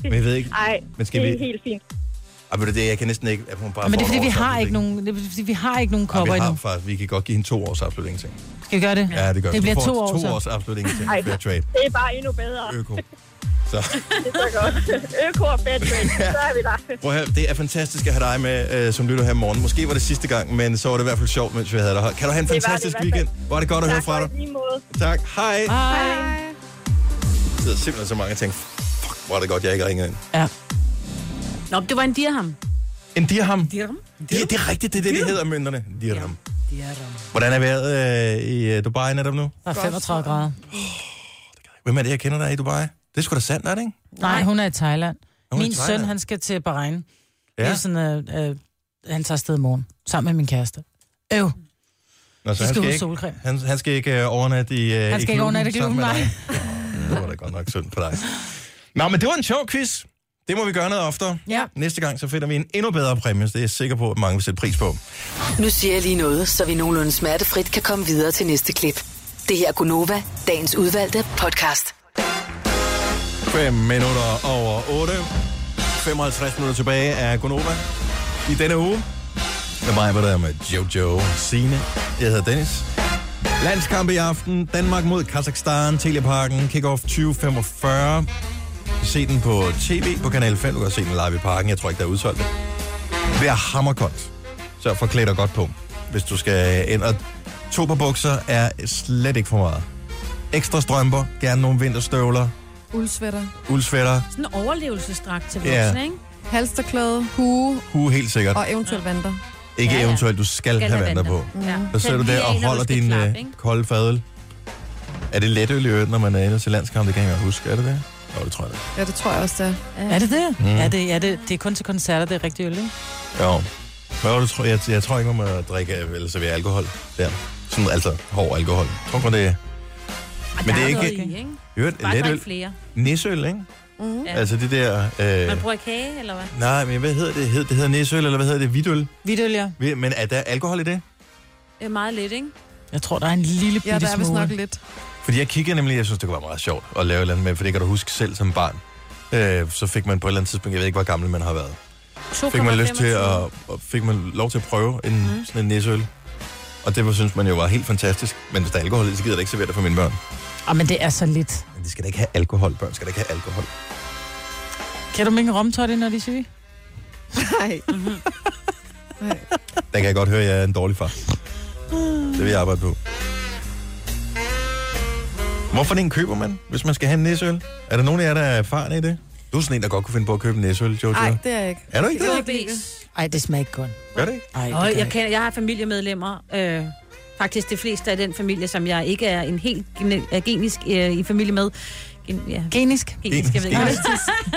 [SPEAKER 1] Men jeg ved ikke-
[SPEAKER 12] Ej,
[SPEAKER 1] Men skal
[SPEAKER 12] det er
[SPEAKER 1] vi-
[SPEAKER 12] helt fint.
[SPEAKER 1] Ej, ved du det, jeg kan næsten ikke, at hun bare
[SPEAKER 2] Men det er
[SPEAKER 1] får et
[SPEAKER 2] fordi, vi
[SPEAKER 1] års
[SPEAKER 2] har
[SPEAKER 1] absolut
[SPEAKER 2] ikke nogen, det er, fordi, vi har ikke
[SPEAKER 1] ingenting.
[SPEAKER 2] nogen kopper
[SPEAKER 1] Ej, vi har
[SPEAKER 2] endnu.
[SPEAKER 1] faktisk, vi kan godt give hende to års absolut ingenting.
[SPEAKER 2] Skal vi gøre det?
[SPEAKER 1] Ja, det gør vi. Du
[SPEAKER 2] Det bliver
[SPEAKER 1] får
[SPEAKER 2] to år,
[SPEAKER 1] To
[SPEAKER 2] så.
[SPEAKER 1] års absolut ingenting.
[SPEAKER 12] Ej.
[SPEAKER 1] Fairtrade.
[SPEAKER 12] Det er bare endnu bedre.
[SPEAKER 1] Øko. Så.
[SPEAKER 12] Det er så godt. Øko og bedre. Så er vi der.
[SPEAKER 1] Prøv her, det er fantastisk at have dig med øh, som lytter her i morgen. Måske var det sidste gang, men så var det i hvert fald sjovt, mens vi havde dig her. Kan du have en
[SPEAKER 12] Det var det
[SPEAKER 1] fantastisk
[SPEAKER 12] i hvert fald.
[SPEAKER 1] weekend. Var det godt at høre fra dig.
[SPEAKER 12] Tak og i lige måde.
[SPEAKER 1] Tak. Hej.
[SPEAKER 2] Hej.
[SPEAKER 1] Der sidder simpelthen så mange ting. Fuck, hvor er det godt, jeg ikke ringede ind.
[SPEAKER 2] Ja.
[SPEAKER 3] Nå, det var en dirham.
[SPEAKER 1] En dirham.
[SPEAKER 3] Dirham?
[SPEAKER 1] Det, det er rigtigt, det er det, det hedder mønterne. Dirham.
[SPEAKER 3] Dirham.
[SPEAKER 1] Hvordan er vejret øh, i øh, Dubai netop nu?
[SPEAKER 2] Der er 35 grader.
[SPEAKER 1] Hvem er det, jeg kender dig i Dubai? Det er sgu da sandt, er det ikke?
[SPEAKER 2] Nej, hun er i Thailand.
[SPEAKER 1] Hun er i
[SPEAKER 2] Min
[SPEAKER 1] Thailand.
[SPEAKER 2] søn, han skal til Bahrain.
[SPEAKER 1] Ja.
[SPEAKER 2] Ja. Det er sådan, øh, øh, han tager afsted i morgen, sammen med min kæreste. Øv.
[SPEAKER 1] Nå,
[SPEAKER 2] Så skal hun have solcreme.
[SPEAKER 1] han, han skal ikke øh, overnatte i øh,
[SPEAKER 2] Han
[SPEAKER 1] i
[SPEAKER 2] skal ikke
[SPEAKER 1] klubben
[SPEAKER 2] overnatte i
[SPEAKER 1] sammen
[SPEAKER 2] klubben,
[SPEAKER 1] med
[SPEAKER 2] nej.
[SPEAKER 1] dig. Nå, Det var da godt nok synd for dig. Nå, men det var en sjov quiz. Det må vi gøre noget oftere.
[SPEAKER 2] Ja.
[SPEAKER 1] Næste gang, så finder vi en endnu bedre præmie, så det er jeg sikker på, at mange vil sætte pris på.
[SPEAKER 5] Nu siger jeg lige noget, så vi nogenlunde smertefrit kan komme videre til næste klip. Det her er Gunova, dagens udvalgte podcast.
[SPEAKER 1] 5 minutter over 8. 55 minutter tilbage af Gonova i denne uge. Med mig var der med Jojo Sine. Jeg hedder Dennis. Landskamp i aften. Danmark mod Kazakhstan. Teleparken. Kick-off 2045. Se den på tv på Kanal 5. Du kan også se den live i parken. Jeg tror ikke, der er udsolgt. Det er hammerkoldt. Så forklæd dig godt på, hvis du skal ind. Og to par bukser er slet ikke for meget. Ekstra strømper. Gerne nogle vinterstøvler.
[SPEAKER 4] Uldsvætter.
[SPEAKER 1] Uldsvætter.
[SPEAKER 3] Sådan en overlevelsesdragt til
[SPEAKER 1] Ja.
[SPEAKER 3] voksne, ikke?
[SPEAKER 4] Halsterklæde, hue
[SPEAKER 1] Hue helt sikkert.
[SPEAKER 4] og eventuelt vandter.
[SPEAKER 1] Ikke
[SPEAKER 4] Ja,
[SPEAKER 1] ja,
[SPEAKER 4] ja.
[SPEAKER 1] ja. eventuelt, du skal,
[SPEAKER 4] Skal
[SPEAKER 1] skal have
[SPEAKER 4] have
[SPEAKER 1] vandter på. Mm.
[SPEAKER 4] vandter.
[SPEAKER 1] Så
[SPEAKER 4] Ja.
[SPEAKER 1] sidder du
[SPEAKER 4] Den
[SPEAKER 1] der
[SPEAKER 4] lige
[SPEAKER 1] og
[SPEAKER 4] af, når du
[SPEAKER 1] holder
[SPEAKER 4] skal
[SPEAKER 1] din
[SPEAKER 4] klappe,
[SPEAKER 1] øh,
[SPEAKER 4] ikke?
[SPEAKER 1] kolde fadel. Er det let øl i øvrigt, når man er inde til landskamp? Det kan jeg ikke huske. Er det det? Jo, det tror jeg det.
[SPEAKER 4] Ja, det tror jeg også, det
[SPEAKER 2] er. Er det det?
[SPEAKER 1] Mm.
[SPEAKER 2] Mm. Ja, det, ja det, det er kun til koncerter, det er rigtig øl, ikke?
[SPEAKER 1] Jo. Hvad var det, tror jeg, jeg, jeg tror ikke, man må drikke øh, eller servere alkohol der. Sådan, altså hård alkohol. Tror du, det er... Men det er ikke... I Øvrigt,
[SPEAKER 3] Bare
[SPEAKER 1] letøl.
[SPEAKER 3] drik flere.
[SPEAKER 1] Nisseøl, ikke?
[SPEAKER 3] Mm-hmm.
[SPEAKER 1] Ja. Altså det der... Øh,
[SPEAKER 3] Man bruger kage, eller hvad?
[SPEAKER 1] nej, men hvad hedder det? Hed, det hedder nisseøl, eller hvad hedder det? Hvidøl?
[SPEAKER 2] Hvidøl, ja.
[SPEAKER 1] Vi- Men er der alkohol i det?
[SPEAKER 3] Det er meget lidt, ikke?
[SPEAKER 2] Jeg tror, der er en lille
[SPEAKER 4] Ja, der er vist nok
[SPEAKER 2] lidt.
[SPEAKER 1] Fordi jeg kiggede nemlig, jeg synes, det kunne være meget sjovt at lave et eller andet med, for det kan du huske selv som barn. Øh, så fik man på et eller andet tidspunkt, jeg ved ikke, hvor gammel man har været. Fik man lyst til at, og fik man lov til at prøve en, mm. sådan en nisseøl. Og det var, synes man jo var helt fantastisk. Men hvis der er alkohol i, det, så gider jeg da ikke servere det for mine børn.
[SPEAKER 2] Ah, men det er så lidt.
[SPEAKER 1] Men de skal da ikke have alkohol, børn skal da ikke have alkohol.
[SPEAKER 2] Kan du dem ikke romtotte, når de er syge?
[SPEAKER 4] Nej.
[SPEAKER 1] Der kan jeg godt høre, at jeg er en dårlig far. Det vil jeg arbejde på. Hvorfor den køber man, hvis man skal have en næsøl? Er der nogen af jer, der er erfarne i det? Du er sådan en, der godt kunne finde på at købe en næsøl, Jojo.
[SPEAKER 4] Nej, det er jeg ikke.
[SPEAKER 1] Er du ikke
[SPEAKER 4] Jeg
[SPEAKER 1] det?
[SPEAKER 4] kan lide
[SPEAKER 2] Ej, det smager ikke godt.
[SPEAKER 1] Gør det ikke?
[SPEAKER 2] Ej, det
[SPEAKER 3] Og
[SPEAKER 2] kan
[SPEAKER 3] jeg, kender, jeg har familiemedlemmer, øh, faktisk de fleste af den familie, som jeg ikke er en helt gene, er genisk øh, i familie med. Gen, ja.
[SPEAKER 2] Genisk?
[SPEAKER 3] Genisk, jeg ved ikke. Altså,
[SPEAKER 2] Genisk.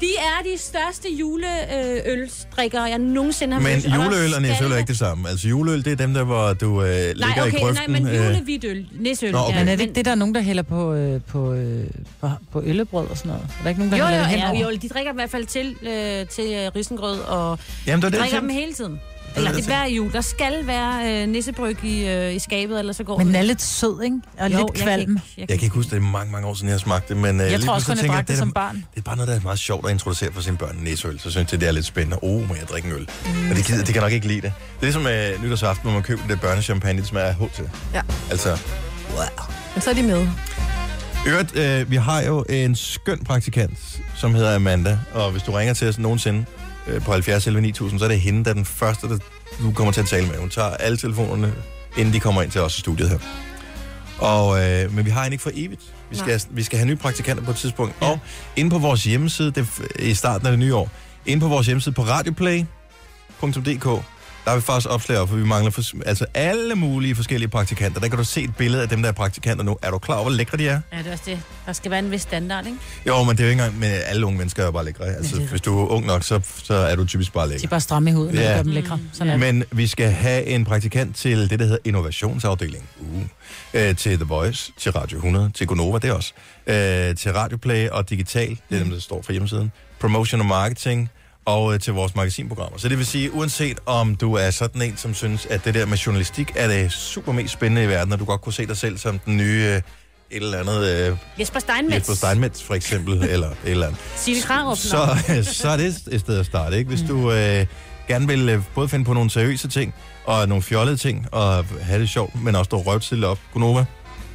[SPEAKER 3] de er de største juleølsdrikkere, jeg nogensinde har
[SPEAKER 1] Men
[SPEAKER 3] mødt, altså, og der
[SPEAKER 1] juleøl og næsøl er ikke det samme. Altså juleøl, det er dem der, hvor du øh, ligger
[SPEAKER 3] Nej, okay,
[SPEAKER 1] i grøften.
[SPEAKER 3] nej, men
[SPEAKER 1] øh,
[SPEAKER 3] julevidøl, næsøl.
[SPEAKER 1] Nå, okay.
[SPEAKER 2] Men er det ikke det, der er nogen, der hælder på, øh, på, øh, på, på øllebrød og sådan noget? Er der ikke nogen, der
[SPEAKER 3] Jo,
[SPEAKER 2] hælder det
[SPEAKER 3] jo,
[SPEAKER 2] henover?
[SPEAKER 3] ja, jo, de drikker i hvert fald til, øh, til øh, risengrød, og
[SPEAKER 1] Jamen, det var det,
[SPEAKER 3] de
[SPEAKER 1] jeg
[SPEAKER 3] drikker dem
[SPEAKER 1] tænkte.
[SPEAKER 3] hele tiden.
[SPEAKER 1] var
[SPEAKER 3] Eller
[SPEAKER 1] det,
[SPEAKER 3] det
[SPEAKER 1] jeg
[SPEAKER 3] hver jul. Der skal være øh, nissebryg i, øh, i skabet, eller så går
[SPEAKER 2] Men den
[SPEAKER 3] det.
[SPEAKER 2] er lidt sød, ikke? Og
[SPEAKER 3] Jo,
[SPEAKER 2] lidt
[SPEAKER 3] jeg kan
[SPEAKER 2] kvalm.
[SPEAKER 3] ikke- jeg
[SPEAKER 1] Jeg kan ikke huske, det er mange, mange år siden, jeg har smagt det, men... øh,
[SPEAKER 2] Jeg
[SPEAKER 1] lige
[SPEAKER 2] tror også
[SPEAKER 1] pludselig
[SPEAKER 2] kun,
[SPEAKER 1] tænker
[SPEAKER 2] jeg drak det
[SPEAKER 1] er-
[SPEAKER 2] som barn.
[SPEAKER 1] Det er bare noget, der er meget sjovt at introducere for sine børn næsøl. Så synes jeg, det er lidt spændende. Oh, må jeg drikke en øl? Mm, og det gider, de kan nok ikke lide det. Det er ligesom øh, nytårsaften, hvor man køber det der børnechampagne, det smager af HT.
[SPEAKER 4] Ja.
[SPEAKER 1] Altså,
[SPEAKER 4] Men så er de med.
[SPEAKER 1] i øvrigt, øh, vi har jo en skøn praktikant, som hedder Amanda. Og hvis du ringer til os nogensinde øh, på 70 11 9000, så er det hende, der er den første, der du kommer til at tale med. Hun tager alle telefonerne, inden de kommer ind til os i studiet her. Og, øh, men vi har hende ikke for evigt. Vi skal, vi skal have nye praktikanter på et tidspunkt. Ja. Og inde på vores hjemmeside, det er f- i starten af det nye år, inde på vores hjemmeside på radioplay.dk, der har vi faktisk opslag op, for vi mangler for, altså alle mulige forskellige praktikanter. Der kan du se et billede af dem, der er praktikanter nu. Er du klar over, hvor lækre de er?
[SPEAKER 3] Ja, det er også det. Der skal være en vis standard, ikke?
[SPEAKER 1] Jo, men det er jo ikke engang, men alle unge mennesker er jo bare lækre. Altså, hvis du er ung nok, så, så er du typisk bare
[SPEAKER 2] De
[SPEAKER 1] lækker.
[SPEAKER 2] er bare stramme i huden, når
[SPEAKER 1] Ja.
[SPEAKER 2] yeah. gør dem lækre. Sådan er det.
[SPEAKER 1] Men vi skal have en praktikant til det, der hedder Innovationsafdelingen. Uh. Øh, til The Voice, til Radio 100, til Gonova, det også. Øh, til Radioplay og Digital, det er dem, der står for hjemmesiden. Promotion og Marketing og øh, til vores magasinprogrammer. Så det vil sige, uanset om du er sådan en, som synes, at det der med journalistik er det super mest spændende i verden, og du godt kunne se dig selv som den nye øh, et eller andet øh,
[SPEAKER 3] Jesper Steinmetz.
[SPEAKER 1] Jesper Steinmetz for eksempel, eller et eller andet.
[SPEAKER 3] Signe Krarup.
[SPEAKER 1] så, øh, så er det et sted at starte, ikke? Hvis du øh, gerne vil øh, både finde på nogle seriøse ting, og nogle fjollede ting, og have det sjovt, men også stå røvtidligt op. Gunova,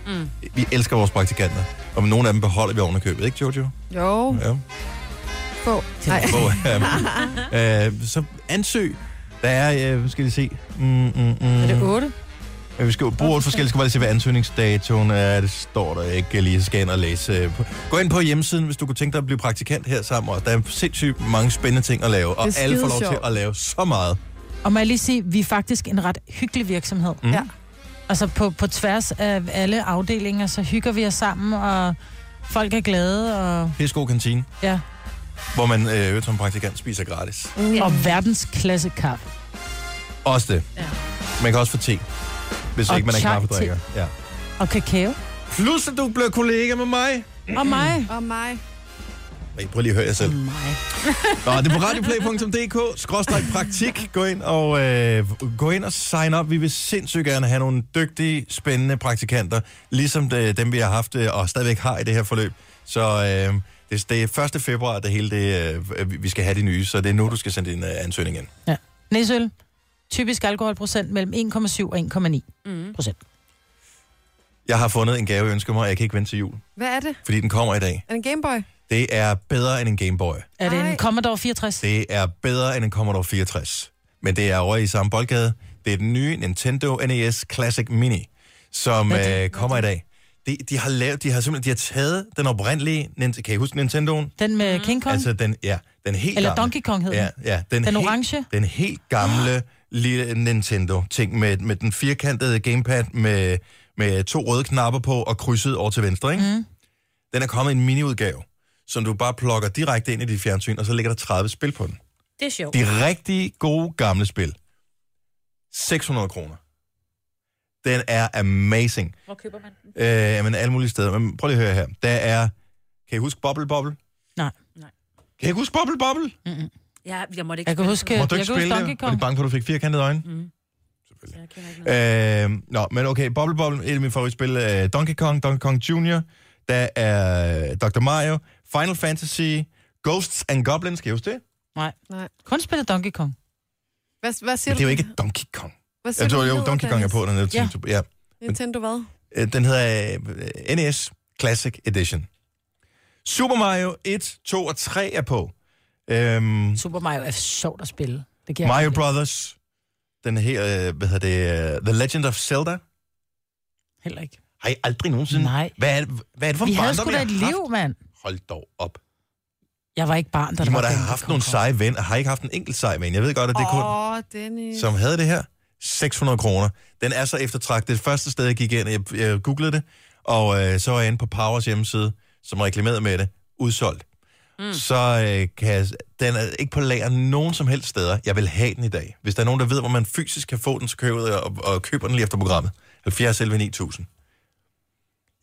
[SPEAKER 3] Mm.
[SPEAKER 1] vi elsker vores praktikanter, og nogle af dem beholder vi oven i købet, ikke Jojo?
[SPEAKER 4] Jo,
[SPEAKER 1] Ja.
[SPEAKER 4] få. Nej.
[SPEAKER 1] Hvor, øh, øh, så ansøg. Der er, øh, skal vi se. Mm, mm, mm.
[SPEAKER 2] Er det otte?
[SPEAKER 1] Ja, vi skal jo bruge otte forskellige, skal bare lige se, hvad ansøgningsdatoen er. Det står der ikke lige, så skal jeg ind og læse. Gå ind på hjemmesiden, hvis du kunne tænke dig at blive praktikant her sammen, og der er sindssygt mange spændende ting at lave, og
[SPEAKER 2] Det er
[SPEAKER 1] alle får lov
[SPEAKER 2] skide
[SPEAKER 1] til
[SPEAKER 2] sjovt.
[SPEAKER 1] at lave så meget.
[SPEAKER 2] Og må jeg lige sige, vi er faktisk en ret hyggelig virksomhed.
[SPEAKER 1] Mm. Ja.
[SPEAKER 2] Altså på, på tværs af alle afdelinger, så hygger vi os sammen, og folk er glade, og
[SPEAKER 1] Det er god kantine,
[SPEAKER 2] ja. Mm.
[SPEAKER 1] hvor man øh, øh, som praktikant spiser gratis.
[SPEAKER 2] Og verdensklasse kaffe.
[SPEAKER 1] Også det. Ja. Man kan også få te, hvis
[SPEAKER 2] Og
[SPEAKER 1] ikke man er
[SPEAKER 2] chai-te.
[SPEAKER 1] kaffedrikker. Ja.
[SPEAKER 2] Og kakao.
[SPEAKER 1] Plus, at du bliver kollega med mig.
[SPEAKER 2] Og mig.
[SPEAKER 4] Og mig.
[SPEAKER 1] Ej, Prøv lige at høre jer selv. Nå, det er på radioplay.dk, skråstrej praktik. Gå ind og, øh, gå ind og sign up. Vi vil sindssygt gerne have nogle dygtige, spændende praktikanter, ligesom det, dem, vi har haft øh, og stadigvæk har i det her forløb. Så øh, det, det er 1. februar, det hele det, øh, vi- vi skal have de nye, så det er nu, du skal sende din øh, ansøgning ind.
[SPEAKER 2] Ja. Næsøl. Typisk alkoholprocent mellem 1,7 og 1,9 procent.
[SPEAKER 1] Jeg har fundet en gave, jeg ønsker mig, og jeg kan ikke vente til jul,
[SPEAKER 4] Hvad er det?
[SPEAKER 1] fordi den kommer i dag.
[SPEAKER 4] Er det en Gameboy?
[SPEAKER 1] Det er bedre end en Gameboy.
[SPEAKER 2] Er det en Commodore 64?
[SPEAKER 1] Det er bedre end en Commodore 64. Men det er over i samme boldgade. Det er den nye Nintendo NES Classic Mini, som øh, kommer i dag. De, de har lavet, de har simpelthen, de har taget den oprindelige, Nin- kan I huske Nintendoen?
[SPEAKER 2] Den med King Kong?
[SPEAKER 1] Altså den, ja, den helt
[SPEAKER 2] Eller
[SPEAKER 1] gamle.
[SPEAKER 2] Donkey Kong hed
[SPEAKER 1] ja,
[SPEAKER 2] den.
[SPEAKER 1] ja,
[SPEAKER 2] Den
[SPEAKER 1] helt-
[SPEAKER 2] orange?
[SPEAKER 1] Den helt gamle lille Nintendo-ting med, med den firkantede gamepad med, med to røde knapper på og krydset over til venstre, ikke? Mm. Den er kommet i en miniudgave, som du bare plukker direkte ind i dit fjernsyn, og så ligger der 30 spil på den.
[SPEAKER 3] Det er sjovt.
[SPEAKER 1] De rigtig gode gamle spil. 600 kroner. Den er amazing.
[SPEAKER 3] Hvor køber man?
[SPEAKER 1] Øh, men alle mulige steder. Men prøv lige at høre her. Der er... Kan I huske Bobble Bobble?
[SPEAKER 2] Nej.
[SPEAKER 1] Kan I huske Bobble Bobble?
[SPEAKER 3] Ja, jeg måtte ikke
[SPEAKER 2] Jeg kan
[SPEAKER 3] spille
[SPEAKER 2] huske-
[SPEAKER 3] den.
[SPEAKER 1] Må du ikke spille det? Var de bange for, at du fik firkantede øjne?
[SPEAKER 3] Mm.
[SPEAKER 1] Øh, nå, men okay, Bobble Bobble, et af mine favoritspil, øh, Donkey Kong, Donkey Kong Jr., der er øh, Dr. Mario, Final Fantasy, Ghosts and Goblins, kan I huske det?
[SPEAKER 2] Nej.
[SPEAKER 4] Nej.
[SPEAKER 2] Kun spillet Donkey Kong.
[SPEAKER 1] Mm.
[SPEAKER 4] Hvad, hvad siger
[SPEAKER 1] Men det er jo
[SPEAKER 4] du?
[SPEAKER 1] ikke Donkey Kong.
[SPEAKER 4] Hvad siger
[SPEAKER 1] Jeg
[SPEAKER 4] du,
[SPEAKER 1] tror
[SPEAKER 4] den
[SPEAKER 1] jo,
[SPEAKER 4] hedder,
[SPEAKER 1] Donkey Kong er
[SPEAKER 4] Dennis?
[SPEAKER 1] på den.
[SPEAKER 4] Ja.
[SPEAKER 1] Ja. ja.
[SPEAKER 4] Nintendo hvad?
[SPEAKER 1] Øh, Den hedder øh, NES Classic Edition. Super Mario 1, 2 og 3 er på. Øhm,
[SPEAKER 2] Super Mario er sjovt at spille. Det kan jeg
[SPEAKER 1] Mario
[SPEAKER 2] godt lide.
[SPEAKER 1] Brothers. Den her, øh, hvad hedder det, øh, The Legend of Zelda.
[SPEAKER 2] Heller ikke.
[SPEAKER 1] Har I aldrig nogensinde...
[SPEAKER 2] Nej.
[SPEAKER 1] Hvad er, det- hvad er det for
[SPEAKER 2] Vi
[SPEAKER 1] en
[SPEAKER 2] havde
[SPEAKER 1] barndom,
[SPEAKER 2] sgu
[SPEAKER 1] I
[SPEAKER 2] da
[SPEAKER 1] har
[SPEAKER 2] et
[SPEAKER 1] haft?
[SPEAKER 2] liv, mand.
[SPEAKER 1] Hold dog op.
[SPEAKER 2] Jeg var ikke barn, da
[SPEAKER 1] I
[SPEAKER 2] der
[SPEAKER 1] må
[SPEAKER 2] var
[SPEAKER 1] da have
[SPEAKER 2] Donkey
[SPEAKER 1] haft
[SPEAKER 2] Kong.
[SPEAKER 1] nogle seje venner. Har I ikke haft en enkelt sej ven? Jeg ved godt, at det er kun...
[SPEAKER 4] Åh, oh, Dennis.
[SPEAKER 1] som havde det her. 600 kroner. Den er så eftertragtet. Det første sted, jeg gik ind, jeg, jeg googlede det, og øh, så var jeg inde på Powers hjemmeside, som reklamerede med det. Udsolgt. Mm. Så øh, kan jeg, den er ikke på lager nogen som helst steder. Jeg vil have den i dag. Hvis der er nogen, der ved, hvor man fysisk kan få den, så køber jeg ud og, og køber den lige efter programmet. 70 11 9000.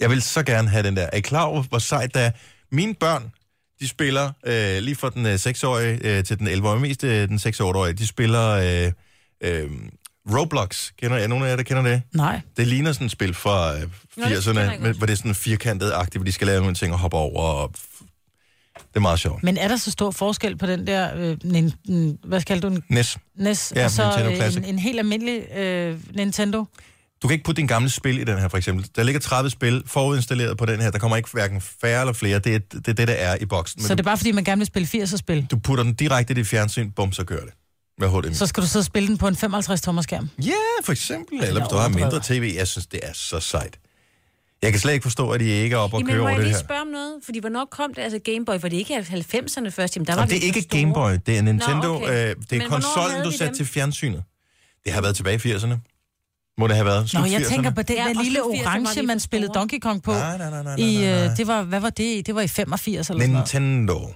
[SPEAKER 1] Jeg vil så gerne have den der. Er I klar over, hvor sejt det er? Mine børn, de spiller øh, lige fra den øh, 6-årige øh, til den 11-årige, mest øh, den 6-8-årige, de spiller øh, øh, Roblox. Kender jeg nogen af jer, der kender det?
[SPEAKER 2] Nej.
[SPEAKER 1] Det ligner sådan et spil fra øh,
[SPEAKER 2] kender jeg
[SPEAKER 1] 80'erne,
[SPEAKER 2] godt.
[SPEAKER 1] med- hvor det er sådan firkantet-agtigt, hvor de skal lave nogle ting og hoppe over. Og f- det er meget sjovt.
[SPEAKER 2] Men er der så stor forskel på den der, øh, nin, nin, hvad skal du, en
[SPEAKER 1] Næs.
[SPEAKER 2] NES,
[SPEAKER 1] Ja,
[SPEAKER 2] og så
[SPEAKER 1] Nintendo
[SPEAKER 2] øh,
[SPEAKER 1] Classic.
[SPEAKER 2] en, en helt almindelig øh, Nintendo?
[SPEAKER 1] Du kan ikke putte din gamle spil i den her, for eksempel. Der ligger 30 spil forudinstalleret på den her. Der kommer ikke hverken færre eller flere. Det er det, er det der er i boksen. Men
[SPEAKER 2] så
[SPEAKER 1] du,
[SPEAKER 2] det er bare fordi, man gerne vil spille 80'er-spil?
[SPEAKER 1] du putter den direkte i dit fjernsyn, bum, så kører det. Med HDMI.
[SPEAKER 2] Så skal du sidde og spille den på en 55-tommer skærm?
[SPEAKER 1] Ja, for eksempel. Eller hvis du har mindre tv. Jeg synes, det er så sejt. Jeg kan slet ikke forstå, at I ikke er oppe og
[SPEAKER 3] Jamen,
[SPEAKER 1] kører
[SPEAKER 3] må
[SPEAKER 1] over
[SPEAKER 3] jeg
[SPEAKER 1] det
[SPEAKER 3] lige
[SPEAKER 1] her.
[SPEAKER 3] spørge om noget? Fordi hvornår kom det, altså Game Boy? Var det ikke i 90'erne først? Jamen, der var
[SPEAKER 1] Jamen, det er
[SPEAKER 3] vi
[SPEAKER 1] ikke
[SPEAKER 3] så store.
[SPEAKER 1] Gameboy, det er Nintendo.
[SPEAKER 3] Nå,
[SPEAKER 1] Nå,
[SPEAKER 3] okay.
[SPEAKER 1] okay. øh, det er
[SPEAKER 3] Men hvornår havde
[SPEAKER 1] konsollen,
[SPEAKER 3] vi
[SPEAKER 1] du
[SPEAKER 3] dem?
[SPEAKER 1] satte til fjernsynet. Det har været tilbage i 80'erne. Må det have været?
[SPEAKER 2] Nå,
[SPEAKER 1] Slut
[SPEAKER 2] jeg
[SPEAKER 1] 80'erne?
[SPEAKER 2] tænker på den
[SPEAKER 3] Ja,
[SPEAKER 2] ja,
[SPEAKER 3] og
[SPEAKER 2] lille
[SPEAKER 3] slut 80'erne var
[SPEAKER 2] orange,
[SPEAKER 3] de
[SPEAKER 2] man
[SPEAKER 3] for
[SPEAKER 2] spillede
[SPEAKER 3] store.
[SPEAKER 2] Donkey Kong på.
[SPEAKER 1] Nej, nej, nej, nej,
[SPEAKER 2] I,
[SPEAKER 1] nej, nej.
[SPEAKER 2] øh, det var, hvad var det? i? Det var i 85 eller sådan noget.
[SPEAKER 1] Nintendo.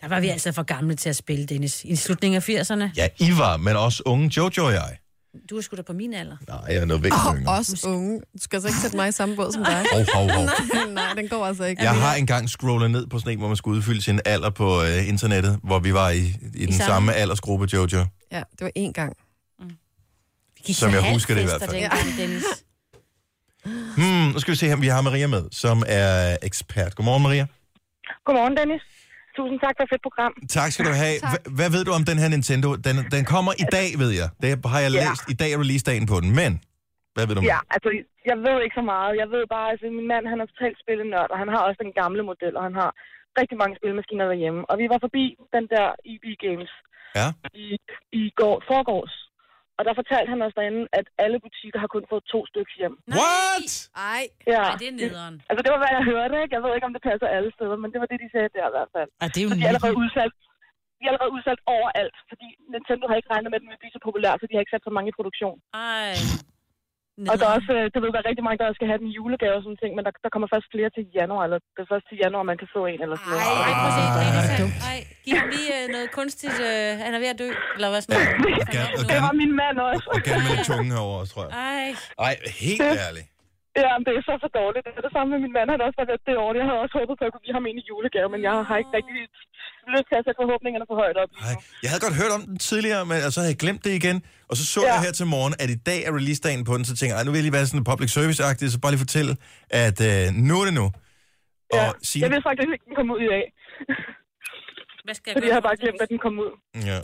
[SPEAKER 3] Der var vi altså for gamle til at spille, Dennis. I slutningen af 80'erne.
[SPEAKER 1] Ja, I var, men også unge Jojo og jeg.
[SPEAKER 3] Du er sgu da på min alder.
[SPEAKER 1] Nej, jeg er noget væk.
[SPEAKER 4] Og os unge. Du skal altså ikke sætte mig i samme båd som dig.
[SPEAKER 1] Hov, hov, hov.
[SPEAKER 4] Nej, nej, den går altså ikke.
[SPEAKER 1] Jeg har engang scrollet ned på sådan en, hvor man skulle udfylde sin alder på øh, internettet, hvor vi var i, i den
[SPEAKER 4] samme-
[SPEAKER 1] samme aldersgruppe, Jojo.
[SPEAKER 4] Ja, det var én gang.
[SPEAKER 1] gik Som til jeg husker det i hvert halvfester
[SPEAKER 3] fald. Dennis.
[SPEAKER 1] Hmm, nu skal vi se her, vi har Maria med, som er ekspert. Godmorgen, Maria.
[SPEAKER 13] Godmorgen, Dennis. Tusind tak for et fedt program.
[SPEAKER 1] Tak skal du have. Hva- Hvad ved du om den her Nintendo? Den, den kommer i dag, ved jeg. Det har jeg
[SPEAKER 13] Ja.
[SPEAKER 1] læst. I dag er release-dagen på den, men hvad ved du om
[SPEAKER 13] Ja, altså, jeg ved ikke så meget. Jeg ved bare, at altså, min mand han er totalt spillenørd, og han har også den gamle model, og han har rigtig mange spilmaskiner derhjemme. Og vi var forbi den der EB Games
[SPEAKER 1] Ja.
[SPEAKER 13] i, i går, forgårs. Og der fortalte han os derinde, at alle butikker har kun fået to stykker hjem.
[SPEAKER 1] What?
[SPEAKER 4] Ej.
[SPEAKER 13] Ja.
[SPEAKER 3] Ej, det er nederen.
[SPEAKER 13] Altså, det var, hvad jeg hørte, ikke? Jeg ved ikke, om det passer alle steder, men det var det, de sagde der i hvert fald.
[SPEAKER 2] Ej, det er jo
[SPEAKER 13] Så de er allerede udsalgt. De er allerede udsalgt overalt, fordi Nintendo har ikke regnet med, at den ville blive så populær, så de har ikke sat så mange i produktion.
[SPEAKER 3] Ej.
[SPEAKER 13] Og der er også, øh, du ved, der er rigtig mange, der skal have den i julegave og sådan ting, men der, der kommer først flere til januar, eller det er først til januar, man kan få en eller sådan noget.
[SPEAKER 3] Ej, prøv at se. Dennis, han- Ej, giv ham lige øh, noget kunstigt. øh, Han er ved at dø, eller hvad sådan noget.
[SPEAKER 13] Det var min mand også.
[SPEAKER 1] Og gerne med lidt tunge herovre, også, tror jeg.
[SPEAKER 3] Ej.
[SPEAKER 1] Ej, helt
[SPEAKER 13] Det-
[SPEAKER 1] ærligt.
[SPEAKER 13] Ja, men det er så for dårligt. Det er det samme med min mand. Han har også været det år. Jeg havde også håbet på, at jeg kunne give ham en i julegave, men jeg har ikke rigtig lyst til at sætte forhåbningerne for højt op.
[SPEAKER 1] Ej, jeg havde godt hørt om den tidligere, men og så havde jeg glemt det igen. Og så så
[SPEAKER 13] Ja.
[SPEAKER 1] ja. jeg her til morgen, at i dag er release-dagen på den, så tænker jeg, "Ej, nu vil jeg lige være sådan public service-agtig, så bare lige fortælle, at øh, nu er det nu. Og ja. Signe,
[SPEAKER 13] Jeg ved faktisk ikke, at den kom ud i dag.
[SPEAKER 3] Hvad skal jeg
[SPEAKER 13] Fordi jeg har bare glemt, at den kom ud.
[SPEAKER 1] Ja.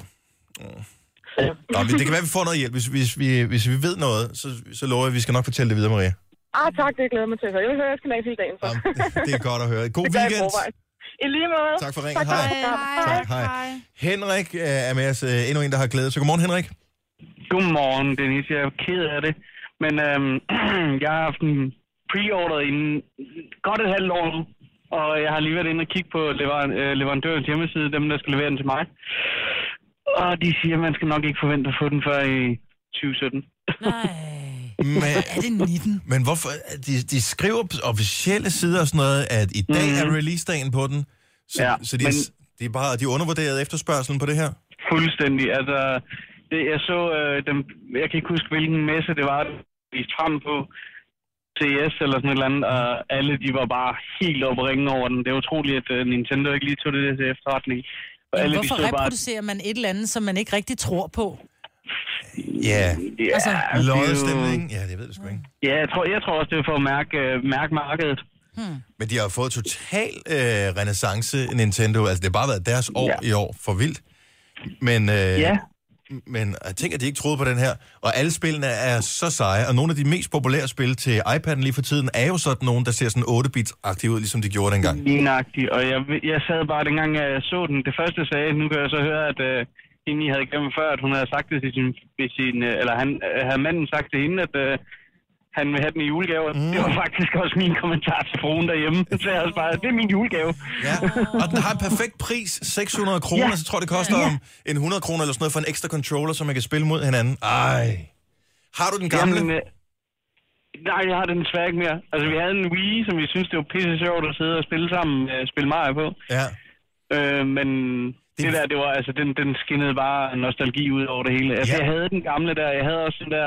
[SPEAKER 1] Mm. Nå, men det kan være, at vi får noget hjælp. Hvis, hvis, vi, hvis vi ved noget, så, så lover jeg, at vi skal nok fortælle det videre, Maria.
[SPEAKER 13] Ah, tak, det glæder jeg mig til. Så Jeg vil høre, at jeg skal med hele dagen. Så.
[SPEAKER 1] Det er godt at høre. God
[SPEAKER 13] Det gør jeg i
[SPEAKER 1] weekend.
[SPEAKER 13] forvejen. I lige måde.
[SPEAKER 1] Tak for ringen.
[SPEAKER 13] Tak for
[SPEAKER 1] Hej.
[SPEAKER 13] programmet.
[SPEAKER 1] Tak, hej. Henrik øh, er med os. Øh, endnu en, der har glædet sig. Godmorgen, Henrik.
[SPEAKER 14] Godmorgen, Dennis. Jeg er ked af det. Men øhm, jeg har haft en pre-order inden godt et halvt år nu. Og jeg har lige været inde og kigge på lever- øh, leverandørens hjemmeside, dem der skal levere den til mig. Og de siger, at man skal nok ikke forvente at få den før i 2017.
[SPEAKER 1] Men,
[SPEAKER 2] er det 19?
[SPEAKER 1] Men hvorfor? De, de skriver på officielle sider og sådan noget, at i dag mm. er release-dagen på den. Så,
[SPEAKER 14] Ja,
[SPEAKER 1] ja, så de, men...
[SPEAKER 14] men-
[SPEAKER 1] de, er bare, de undervurderede efterspørgselen på det her.
[SPEAKER 14] Fuldstændig. Altså, det, jeg så øh, dem, jeg kan ikke huske, hvilken messe det var, vist frem på TS eller sådan et eller andet, og alle de var bare helt oppe at ringe over den. Det er utroligt, at øh, Nintendo ikke lige tog det til efterretning. Og
[SPEAKER 2] Jamen,
[SPEAKER 14] alle de
[SPEAKER 2] hvorfor
[SPEAKER 14] stod bare...
[SPEAKER 2] reproducerer man et eller andet, som man ikke rigtig tror på?
[SPEAKER 1] Ja,
[SPEAKER 2] Altså-
[SPEAKER 1] loddestemning. Ja, det ved jeg sgu ikke.
[SPEAKER 14] Ja, jeg tror, jeg tror også, det er for at mærke, øh, mærke markedet.
[SPEAKER 1] Men de har fået total øh, renaissance, Nintendo. Altså, det har bare været deres år ja. i år for vildt. Men, øh,
[SPEAKER 14] Ja.
[SPEAKER 1] men jeg tænker, at de ikke troede på den her. Og alle spillene er så seje, og nogle af de mest populære spil til iPad'en lige for tiden, er jo sådan nogle, der ser sådan 8-bits-agtige ud, ligesom de gjorde dengang.
[SPEAKER 14] Lignagtigt, og jeg, jeg sad bare dengang, jeg så den. Det første sagde, nu kan jeg så høre, at øh, hende, I havde igennem før, at hun havde sagt det til sin, til sin øh, eller han, øh, havde manden sagt til hende, at øh, han vil have den i julegave. Mm. Det var faktisk også min kommentar til fruen derhjemme. Så jeg også bare, det er min julegave.
[SPEAKER 1] Ja, og den har en perfekt pris, 600 kroner, ja. så tror jeg, det koster ja. om en 100 kroner eller sådan noget for en ekstra controller, som man kan spille mod hinanden. Ej. Har du den gamle?
[SPEAKER 14] Jamen, øh, nej, jeg har den desværre ikke mere. Altså, vi havde en Wii, som vi synes det var pisse sjovt at sidde og spille sammen, øh, spille Mario på.
[SPEAKER 1] Ja.
[SPEAKER 14] Øh, men det, det der, det var, altså, den, den skinnede bare nostalgi ud over det hele. Altså,
[SPEAKER 1] Ja.
[SPEAKER 14] ja. jeg havde den gamle der, jeg havde også den der,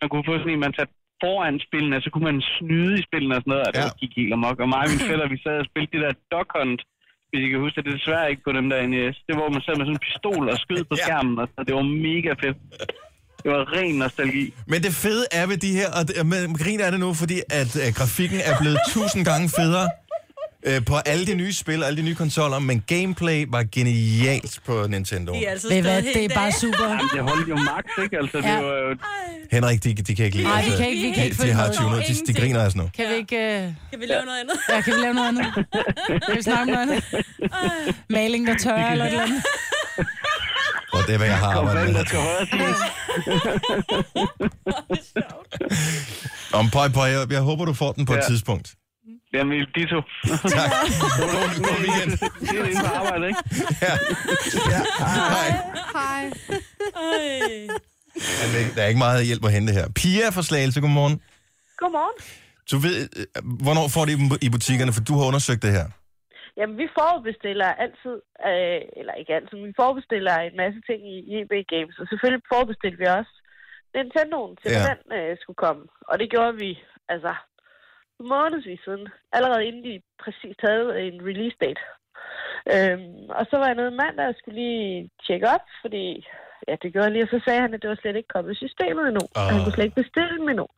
[SPEAKER 14] man kunne få sådan en, man satte foran spillene, og så kunne man snyde i spillene og sådan noget, og det ja. gik helt amok. Og mig og min fætter, vi sad og spilte det der Duck Hunt, hvis I kan huske det, det er desværre ikke på dem der NES. Det var, man sad med sådan en pistol og skød på skærmen, og så det var mega fedt. Det var ren nostalgi.
[SPEAKER 1] Men det fede er ved de her, og det, men griner er det nu, fordi at øh, grafikken er blevet tusind gange federe øh, på alle de nye spil og alle de nye konsoller, men gameplay var genialt på Nintendo.
[SPEAKER 2] Ved I hvad, det er bare super.
[SPEAKER 14] Jamen, det holdt jo max, ikke? Altså, det
[SPEAKER 2] Ja.
[SPEAKER 14] var jo...
[SPEAKER 1] Henrik, de, de kan ikke lide
[SPEAKER 2] Nej, vi
[SPEAKER 1] altså,
[SPEAKER 2] kan ikke, vi kan ikke
[SPEAKER 1] de, de
[SPEAKER 2] følge
[SPEAKER 1] har
[SPEAKER 2] med.
[SPEAKER 1] tunet, de, de griner altså nu.
[SPEAKER 2] Kan vi ikke... Uh...
[SPEAKER 15] Kan vi lave noget andet?
[SPEAKER 2] Ja, kan vi lave noget andet? Kan vi snakke om noget andet? Maling, der tørrer eller et eller andet?
[SPEAKER 1] Og det er, hvad jeg har arbejdet med. Om pøj, pøj, jeg, jeg håber, du får den på ja. et
[SPEAKER 14] Ja.
[SPEAKER 1] tidspunkt.
[SPEAKER 14] Jamen, ditto.
[SPEAKER 1] tak. God, god weekend.
[SPEAKER 14] Det er inde på arbejde, ikke?
[SPEAKER 1] Hej.
[SPEAKER 16] Hej.
[SPEAKER 1] Men Der er ikke meget hjælp at hente her. Pia fra Slagelse, godmorgen.
[SPEAKER 17] Godmorgen.
[SPEAKER 1] Du ved, øh, hvornår får de dem i butikkerne, for du har undersøgt det her.
[SPEAKER 17] Jamen, vi forbestiller altid, øh, eller ikke altid, men vi forbestiller en masse ting i EB Games, og selvfølgelig forbestilte vi også Nintendoen til, ja.
[SPEAKER 1] Ja.
[SPEAKER 17] den øh, skulle komme. Og det gjorde vi, altså, månedsvis siden, allerede inden de præcis havde en release date. Øhm, og så var jeg nede mandag og skulle lige tjekke op, fordi ja, det gjorde jeg lige, og så sagde han, at det var slet ikke kommet i systemet endnu, oh. og han kunne slet ikke bestille dem endnu.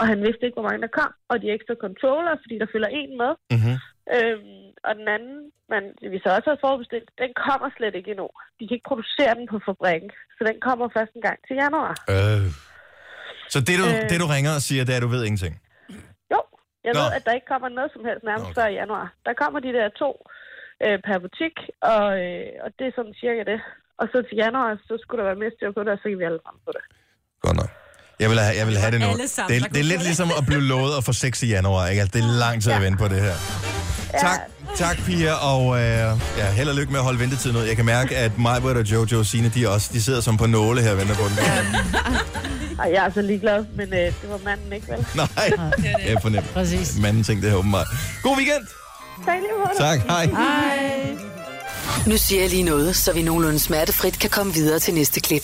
[SPEAKER 17] Og han vidste ikke, hvor mange der kom, og de ekstra controller, fordi der følger en med.
[SPEAKER 1] Mm-hmm.
[SPEAKER 17] Øhm, og den anden, man, vi så også har forbestilt, den kommer slet ikke endnu. De kan ikke producere den på fabrikken, så den kommer først en gang til januar.
[SPEAKER 1] Øh. Så det du,
[SPEAKER 17] Øh.
[SPEAKER 1] det, du ringer og siger, det er, at du ved ingenting.
[SPEAKER 17] Jo, jeg
[SPEAKER 1] Nå.
[SPEAKER 17] ved, at der ikke kommer noget som helst nærmest okay. før i januar. Der kommer de der to øh, per butik, og, øh, og det er sådan cirka det. Og så til januar, så skulle der være mere styr på det, og så kan vi alle sammen på det.
[SPEAKER 1] Jeg vil have, jeg vil have det nu.
[SPEAKER 17] Alle sammen,
[SPEAKER 1] Det,
[SPEAKER 17] der
[SPEAKER 1] er- det er lidt ligesom at blive lovet at få sex i januar. Ikke? Altså, det er lang tid at vente på det her. Tak, tak Pia, og øh, ja, held og lykke med at holde ventetiden ud. Jeg kan mærke, at Majbert og Jojo og Signe, de, også, de sidder som på nåle her og venter på den.
[SPEAKER 17] Ej, jeg er så ligeglad, men øh, det var manden ikke, vel?
[SPEAKER 1] Nej, det er fornemt.
[SPEAKER 2] Præcis.
[SPEAKER 1] Manden ting det her åbenbart. God weekend!
[SPEAKER 17] Tak lige måde.
[SPEAKER 1] Tak, hej.
[SPEAKER 5] Nu siger jeg lige noget, så vi nogenlunde smertefrit kan komme videre til næste klip.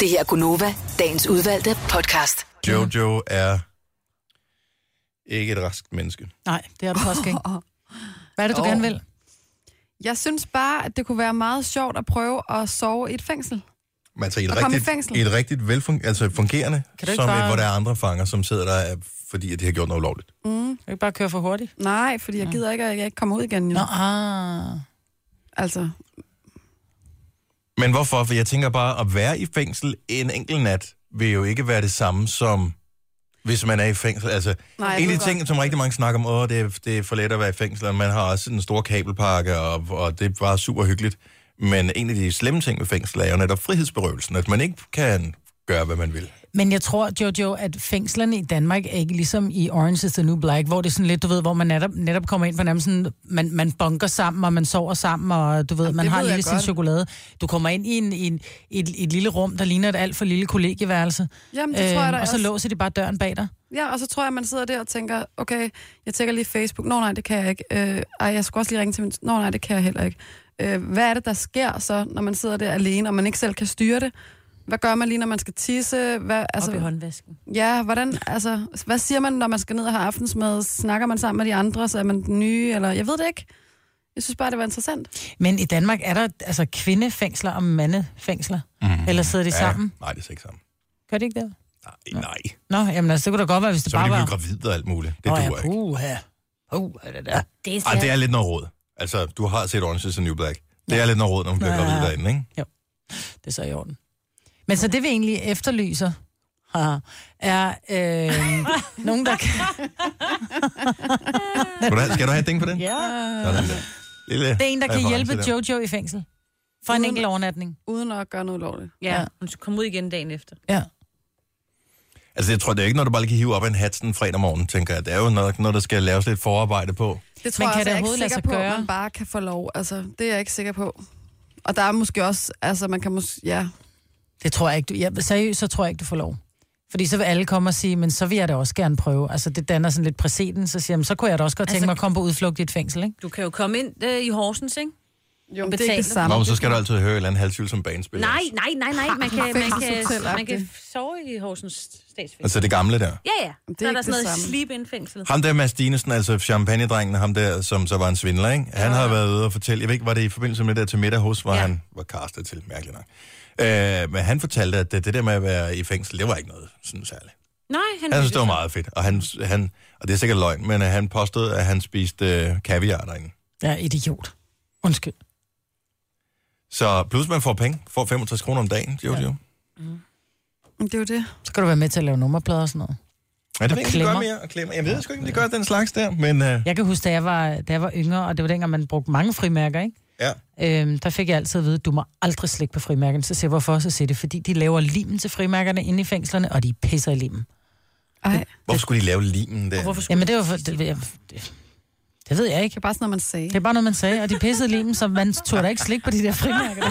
[SPEAKER 5] Det her er Gunova, dagens udvalgte podcast.
[SPEAKER 1] Jojo er ikke et raskt menneske.
[SPEAKER 2] Nej, det har du faktisk ikke. Hvad er det, du
[SPEAKER 16] Åh.
[SPEAKER 2] gerne vil?
[SPEAKER 16] Jeg synes bare, at det kunne være meget sjovt at prøve at sove i et fængsel.
[SPEAKER 1] Men altså, i et
[SPEAKER 16] Og komme i
[SPEAKER 1] rigtigt,
[SPEAKER 16] fængsel.
[SPEAKER 1] i et rigtigt velfungerende, altså fungerende,
[SPEAKER 16] Kan du
[SPEAKER 1] som bare...
[SPEAKER 16] ikke bare-
[SPEAKER 1] et, hvor der er andre fanger, som sidder der, øh, fordi at de har gjort noget ulovligt.
[SPEAKER 16] Mm.
[SPEAKER 2] Kan ikke bare køre for hurtigt?
[SPEAKER 16] Nej, fordi
[SPEAKER 2] Mm.
[SPEAKER 16] jeg gider ikke, at jeg ikke kommer ud igen. Jo. Nå,
[SPEAKER 2] ah.
[SPEAKER 16] Altså,
[SPEAKER 1] Men hvorfor? For jeg tænker bare, at være i fængsel en enkelt nat, vil jo ikke være det samme som hvis man er i fængsel. Altså,
[SPEAKER 16] Nej,
[SPEAKER 1] Nej,
[SPEAKER 16] jeg
[SPEAKER 1] en
[SPEAKER 16] ved
[SPEAKER 1] af de
[SPEAKER 16] godt.
[SPEAKER 1] ting, som rigtig mange snakker om, åh, det, er, det er for let at være i fængsel, og man har også en stor kabelpakke, og, og det var super hyggeligt. Men en af de slemme ting med fængsel er jo netop frihedsberøvelsen, at man ikke kan gøre, hvad man vil.
[SPEAKER 2] Men jeg tror, Jojo, at fængslerne i Danmark er ikke ligesom i Orange is the New Black, hvor det er sådan lidt, du ved, hvor man netop, netop kommer ind på nærmest sådan, man, man bunker sammen, og man sover sammen, og du ved, Jamen, man
[SPEAKER 16] det
[SPEAKER 2] har
[SPEAKER 16] ved jeg
[SPEAKER 2] lige sin
[SPEAKER 16] godt.
[SPEAKER 2] chokolade. Du kommer ind i, en, i en, et, et lille rum, der ligner et alt for lille kollegieværelse. øh,
[SPEAKER 16] Jamen, det tror jeg da
[SPEAKER 2] Øhm, Og så
[SPEAKER 16] også.
[SPEAKER 2] låser de bare døren bag dig.
[SPEAKER 16] ja, og så tror jeg, man sidder der og tænker, okay, jeg tjekker lige Facebook. Nå nej, det kan jeg ikke. Øh, ej, jeg skulle også lige ringe til min... Nå nej, det kan jeg heller ikke. Øh, hvad er det, der sker så, når man sidder der alene, og man ikke selv kan styre det?
[SPEAKER 4] Hvad
[SPEAKER 16] Hvad-
[SPEAKER 4] gør man lige, når man skal tisse? Hvad, altså,
[SPEAKER 3] Op i håndvasken.
[SPEAKER 4] Ja, hvordan, altså, hvad siger man, når man skal ned og have aftensmad? Snakker man sammen med de andre, så er man den nye, eller jeg ved det ikke. Jeg synes bare, det var interessant.
[SPEAKER 2] Men i Danmark er der altså kvindefængsler og mandefængsler. Mm. Eller sidder de
[SPEAKER 1] ja,
[SPEAKER 2] sammen?
[SPEAKER 1] Nej, det er ikke sammen.
[SPEAKER 2] Gør de ikke det?
[SPEAKER 1] Nej, nej.
[SPEAKER 2] Nå, jamen altså, det kunne da godt være, hvis det
[SPEAKER 1] Så vil
[SPEAKER 2] bare
[SPEAKER 1] de
[SPEAKER 2] var...
[SPEAKER 1] blive gravide og alt muligt. Det
[SPEAKER 2] Nå
[SPEAKER 1] duer
[SPEAKER 2] ja,
[SPEAKER 1] ikke.
[SPEAKER 2] Puha. Puha, det der. Det
[SPEAKER 1] Ej, det er lidt noget råd. Altså, du har set Orange is the New Black. Det er lidt noget råd, når man bliver
[SPEAKER 2] Ja.
[SPEAKER 1] gravid derinde, ikke?
[SPEAKER 2] Jo. Det er så i orden. Men så det, vi egentlig efterlyser, haha, er øh, nogen, der kan...
[SPEAKER 1] Skal du have, skal du have et ding på den?
[SPEAKER 2] Ja.
[SPEAKER 1] Sådan der. Lille
[SPEAKER 2] Det er en, der kan
[SPEAKER 1] reference
[SPEAKER 2] hjælpe
[SPEAKER 1] der.
[SPEAKER 2] Jojo i fængsel. For en
[SPEAKER 3] Uden-
[SPEAKER 2] enkelt overnatning.
[SPEAKER 4] Uden at gøre noget ulovligt.
[SPEAKER 3] Ja, hun skal komme ud igen dagen efter.
[SPEAKER 2] Ja.
[SPEAKER 1] Altså, jeg tror, det er ikke noget, du bare lige kan hive op af en hat sådan en fredag morgen, tænker jeg. Det er jo noget, noget der skal laves lidt forarbejde på.
[SPEAKER 4] Det tror
[SPEAKER 2] Men
[SPEAKER 4] jeg
[SPEAKER 2] kan det
[SPEAKER 4] også, jeg er ikke
[SPEAKER 2] overhovedet lade
[SPEAKER 4] sikker
[SPEAKER 2] sig
[SPEAKER 4] på,
[SPEAKER 2] gøre?
[SPEAKER 4] at man bare kan få lov. Altså, det er jeg ikke sikker på. Og der er måske også, altså man kan måske, ja.
[SPEAKER 2] Det tror jeg ikke. Du, ja, seriøst, så tror jeg ikke, du får lov. Fordi så vil alle komme og sige, men så vil jeg da også gerne prøve. Altså, det danner sådan lidt præcedens, så siger man, så kunne jeg da også godt tænke
[SPEAKER 3] Altså-
[SPEAKER 2] mig at komme på udflugt i et fængsel, ikke?
[SPEAKER 3] Du kan jo komme ind øh, i Horsens, ikke?
[SPEAKER 4] Jo,
[SPEAKER 3] og
[SPEAKER 4] det er ikke
[SPEAKER 3] betale.
[SPEAKER 4] det samme.
[SPEAKER 1] Nå, men så skal du altid høre et eller andet halvsyl som banespiller.
[SPEAKER 3] Nej, nej, nej, nej. Man kan, man kan,
[SPEAKER 4] Fængselshotel-agtigt.
[SPEAKER 3] man kan sove i Horsens statsfængsel.
[SPEAKER 1] Altså det gamle der.
[SPEAKER 3] Ja, ja.
[SPEAKER 4] Det
[SPEAKER 3] Det er,
[SPEAKER 4] er
[SPEAKER 3] der
[SPEAKER 4] ikke
[SPEAKER 3] sådan noget
[SPEAKER 4] det samme.
[SPEAKER 3] sleep-in-fængsel.
[SPEAKER 1] Ham der Mads Dinesen, altså champagnedrengen, ham der, som så var en svindler, ikke? Han har været ude og fortælle, jeg ved ikke, var det i forbindelse med det der til middag hos, hvor ja. han var castet til, mærkeligt nok. Øh, men han fortalte, at det, det der med at være i fængsel, det var ikke noget sådan særligt.
[SPEAKER 3] Nej, han,
[SPEAKER 1] Han synes, det var meget fedt, og, han, han, og det er sikkert løgn, men øh, han påstod, at han spiste øh, kaviar derinde.
[SPEAKER 2] Ja, idiot. Undskyld.
[SPEAKER 1] Så plus man får penge, får 65 kroner om dagen, jo, jo.
[SPEAKER 4] Det er jo det.
[SPEAKER 2] Så kan du være med til at lave nummerplader og sådan noget.
[SPEAKER 1] Ja, det
[SPEAKER 2] Og
[SPEAKER 1] ved jeg ikke, om de gør
[SPEAKER 2] klemmer.
[SPEAKER 1] mere og klemmer. Jeg ved sgu ikke, om de gør den slags der, men øh,
[SPEAKER 2] Jeg kan huske, da jeg var, da jeg var yngre, og det var dengang, man brugte mange frimærker, ikke?
[SPEAKER 1] ja.
[SPEAKER 2] Øhm, der fik jeg altid at vide, at du må aldrig slikke på frimærkerne. Så siger jeg, hvorfor? Så siger det, fordi de laver limen til frimærkerne inde i fængslerne, og de pisser i limen.
[SPEAKER 4] Ej,
[SPEAKER 1] Hvorfor skulle de lave limen der?
[SPEAKER 2] Hvorfor Jamen, det var for, det, jeg, det, det, ved jeg ikke.
[SPEAKER 4] det er bare sådan noget, man sagde.
[SPEAKER 2] Det er bare noget, man sagde, og de pissede i limen, så man tog da ikke slik på de der frimærker.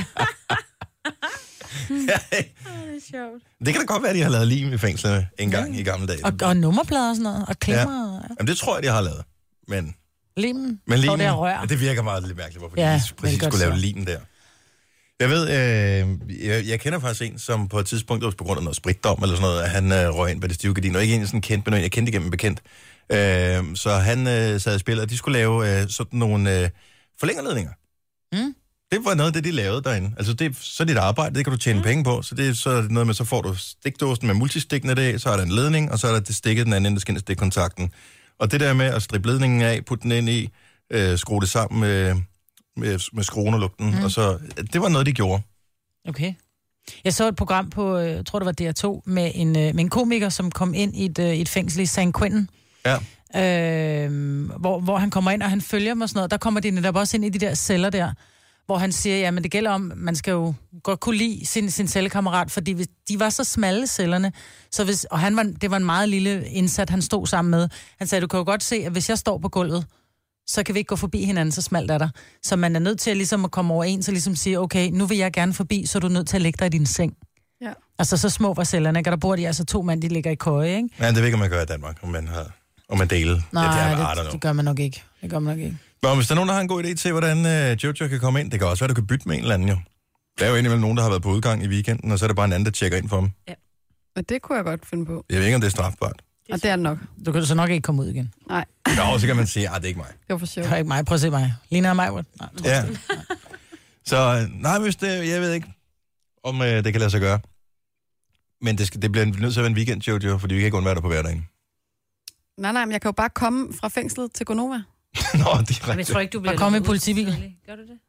[SPEAKER 3] Det er sjovt.
[SPEAKER 1] Det kan da godt være, at de har lavet lim i fængslerne en gang i gamle dage.
[SPEAKER 2] Og, og nummerplader og sådan noget, og klemmer. Ja.
[SPEAKER 1] Jamen, det tror jeg, de har lavet. Men,
[SPEAKER 2] Limen,
[SPEAKER 1] men
[SPEAKER 2] står
[SPEAKER 1] limen,
[SPEAKER 2] der og rør.
[SPEAKER 1] det virker meget lidt mærkeligt, hvorfor
[SPEAKER 2] Ja,
[SPEAKER 1] ja, de
[SPEAKER 2] men
[SPEAKER 1] præcis
[SPEAKER 2] godt
[SPEAKER 1] skulle lave
[SPEAKER 2] så.
[SPEAKER 1] lim der. Jeg ved, øh, jeg, jeg kender faktisk en, som på et tidspunkt, det var på grund af noget spritdom eller sådan noget, at han øh, røg ind på det stive gardin, og ikke en sådan kendt, men en, jeg kendte igennem en bekendt. Øh, så han øh, sad og spillede, og de skulle lave øh, sådan nogle øh, forlængerledninger.
[SPEAKER 2] Mm.
[SPEAKER 1] Det var noget af det, de lavede derinde. Altså, det, er- så er dit arbejde, det kan du tjene mm. penge på. Så det er- så er det noget med, så får du stikdåsen med multistikken af det, så er der en ledning, og så er der det stikket den anden ende, der skal ind i stikkontakten. Og det der med at strippe ledningen af, putte den ind i, øh, skrue det sammen med, med, med skruen og lugten, mm. og så, det var noget, de gjorde.
[SPEAKER 2] Okay. Jeg så et program på, øh, jeg tror det var DR2, med en, øh, med en komiker, som kom ind i et, øh, i et fængsel i San Quentin.
[SPEAKER 1] Ja.
[SPEAKER 2] Øh, hvor, hvor han kommer ind, og han følger mig og sådan noget. Der kommer de netop også ind i de der celler der, hvor han siger, ja, men det gælder om, man skal jo godt kunne lide sin, sin cellekammerat, fordi hvis, de var så smalle cellerne, så hvis, og han var, det var en meget lille indsat, han stod sammen med. Han sagde, du kan jo godt se, at hvis jeg står på gulvet, så kan vi ikke gå forbi hinanden, så smalt er der. Så man er nødt til at, ligesom at komme overens og ligesom sige, okay, nu vil jeg gerne forbi, så er du nødt til at lægge dig i din seng.
[SPEAKER 4] Ja.
[SPEAKER 2] Altså, så små var cellerne, ikke? Og der bor de altså to mand, de ligger i køje, ikke?
[SPEAKER 1] Ja, det ved ikke, om man gør i Danmark, om man, har, om man deler.
[SPEAKER 2] Nej,
[SPEAKER 1] det,
[SPEAKER 2] det,
[SPEAKER 1] er,
[SPEAKER 2] det,
[SPEAKER 1] det,
[SPEAKER 2] det, gør man nok ikke. Det gør man nok ikke.
[SPEAKER 1] Nå, hvis der er nogen, der har en god idé til, hvordan øh, Jojo kan komme ind, det kan også være, du kan bytte med en eller anden jo. Der er jo indimellem nogen, der har været på udgang i weekenden, og så er der bare en anden, der tjekker ind for dem.
[SPEAKER 4] Og det kunne jeg godt finde på.
[SPEAKER 1] Jeg ved ikke, om det er strafbart.
[SPEAKER 4] Og det er det nok.
[SPEAKER 2] Du kan så nok ikke komme ud igen.
[SPEAKER 4] Nej,
[SPEAKER 1] Nå, så kan man sige, at det er ikke mig.
[SPEAKER 4] det var for sjovt.
[SPEAKER 2] Det er ikke mig. Prøv at se mig. Ligner jeg mig? Britt? Nej.
[SPEAKER 1] Ja. Så øh, nej, hvis det, jeg ved ikke, om øh, det kan lade sig gøre. Men det, skal, det bliver nødt til at være en weekend, Jojo, fordi vi kan ikke undvære dig på hverdagen.
[SPEAKER 4] Nej, nej, men jeg kan jo bare komme fra fængslet til Gonova.
[SPEAKER 1] Nå, det er
[SPEAKER 3] Jamen, jeg
[SPEAKER 1] rigtigt.
[SPEAKER 3] tror ikke, du bliver...
[SPEAKER 2] Og komme i
[SPEAKER 3] ud-
[SPEAKER 2] politibil.
[SPEAKER 3] Gør du det?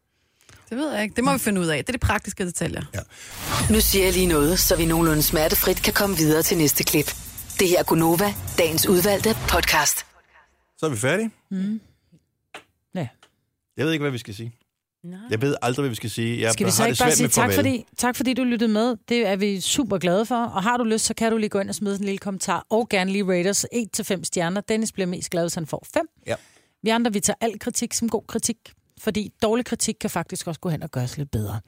[SPEAKER 4] Det ved jeg ikke. Det må vi finde ud af. Det er de praktiske detaljer. Ja.
[SPEAKER 5] Nu siger jeg lige noget, så vi nogenlunde smertefrit kan komme videre til næste klip. Det her er Gunova, dagens udvalgte podcast.
[SPEAKER 1] Så er vi færdige.
[SPEAKER 2] Mm.
[SPEAKER 1] Jeg ved ikke, hvad vi skal sige.
[SPEAKER 3] Nej.
[SPEAKER 1] Jeg ved aldrig, hvad vi skal sige. Jeg
[SPEAKER 2] Skal
[SPEAKER 1] har
[SPEAKER 2] vi så
[SPEAKER 1] det
[SPEAKER 2] ikke bare
[SPEAKER 1] svært
[SPEAKER 2] sige
[SPEAKER 1] med
[SPEAKER 2] tak
[SPEAKER 1] farvel.
[SPEAKER 2] fordi, tak, fordi du lyttede med. Det er vi super glade for. Og har du lyst, så kan du lige gå ind og smide en lille kommentar. Og gerne lige rate os 1-5 stjerner. Dennis bliver mest glad, hvis han får 5.
[SPEAKER 1] Ja.
[SPEAKER 2] Vi andre, vi tager al kritik som god kritik. Fordi dårlig kritik kan faktisk også gå hen og gøres lidt bedre.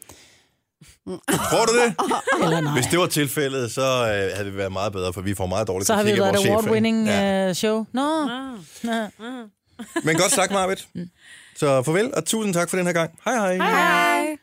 [SPEAKER 1] Tror du det?
[SPEAKER 2] Eller nej.
[SPEAKER 1] Hvis det var tilfældet, så øh, havde vi været meget bedre, for vi får meget dårlig
[SPEAKER 2] Så har vi
[SPEAKER 1] kritik af
[SPEAKER 2] været
[SPEAKER 1] vores
[SPEAKER 2] et
[SPEAKER 1] chef,
[SPEAKER 2] award-winning
[SPEAKER 1] ikke?
[SPEAKER 2] ja. uh, show. Nå. Nå. øh.
[SPEAKER 1] Men godt sagt, Marvitt. Så farvel, og tusind tak for den her gang. Hej hej.
[SPEAKER 2] Mm. Hej.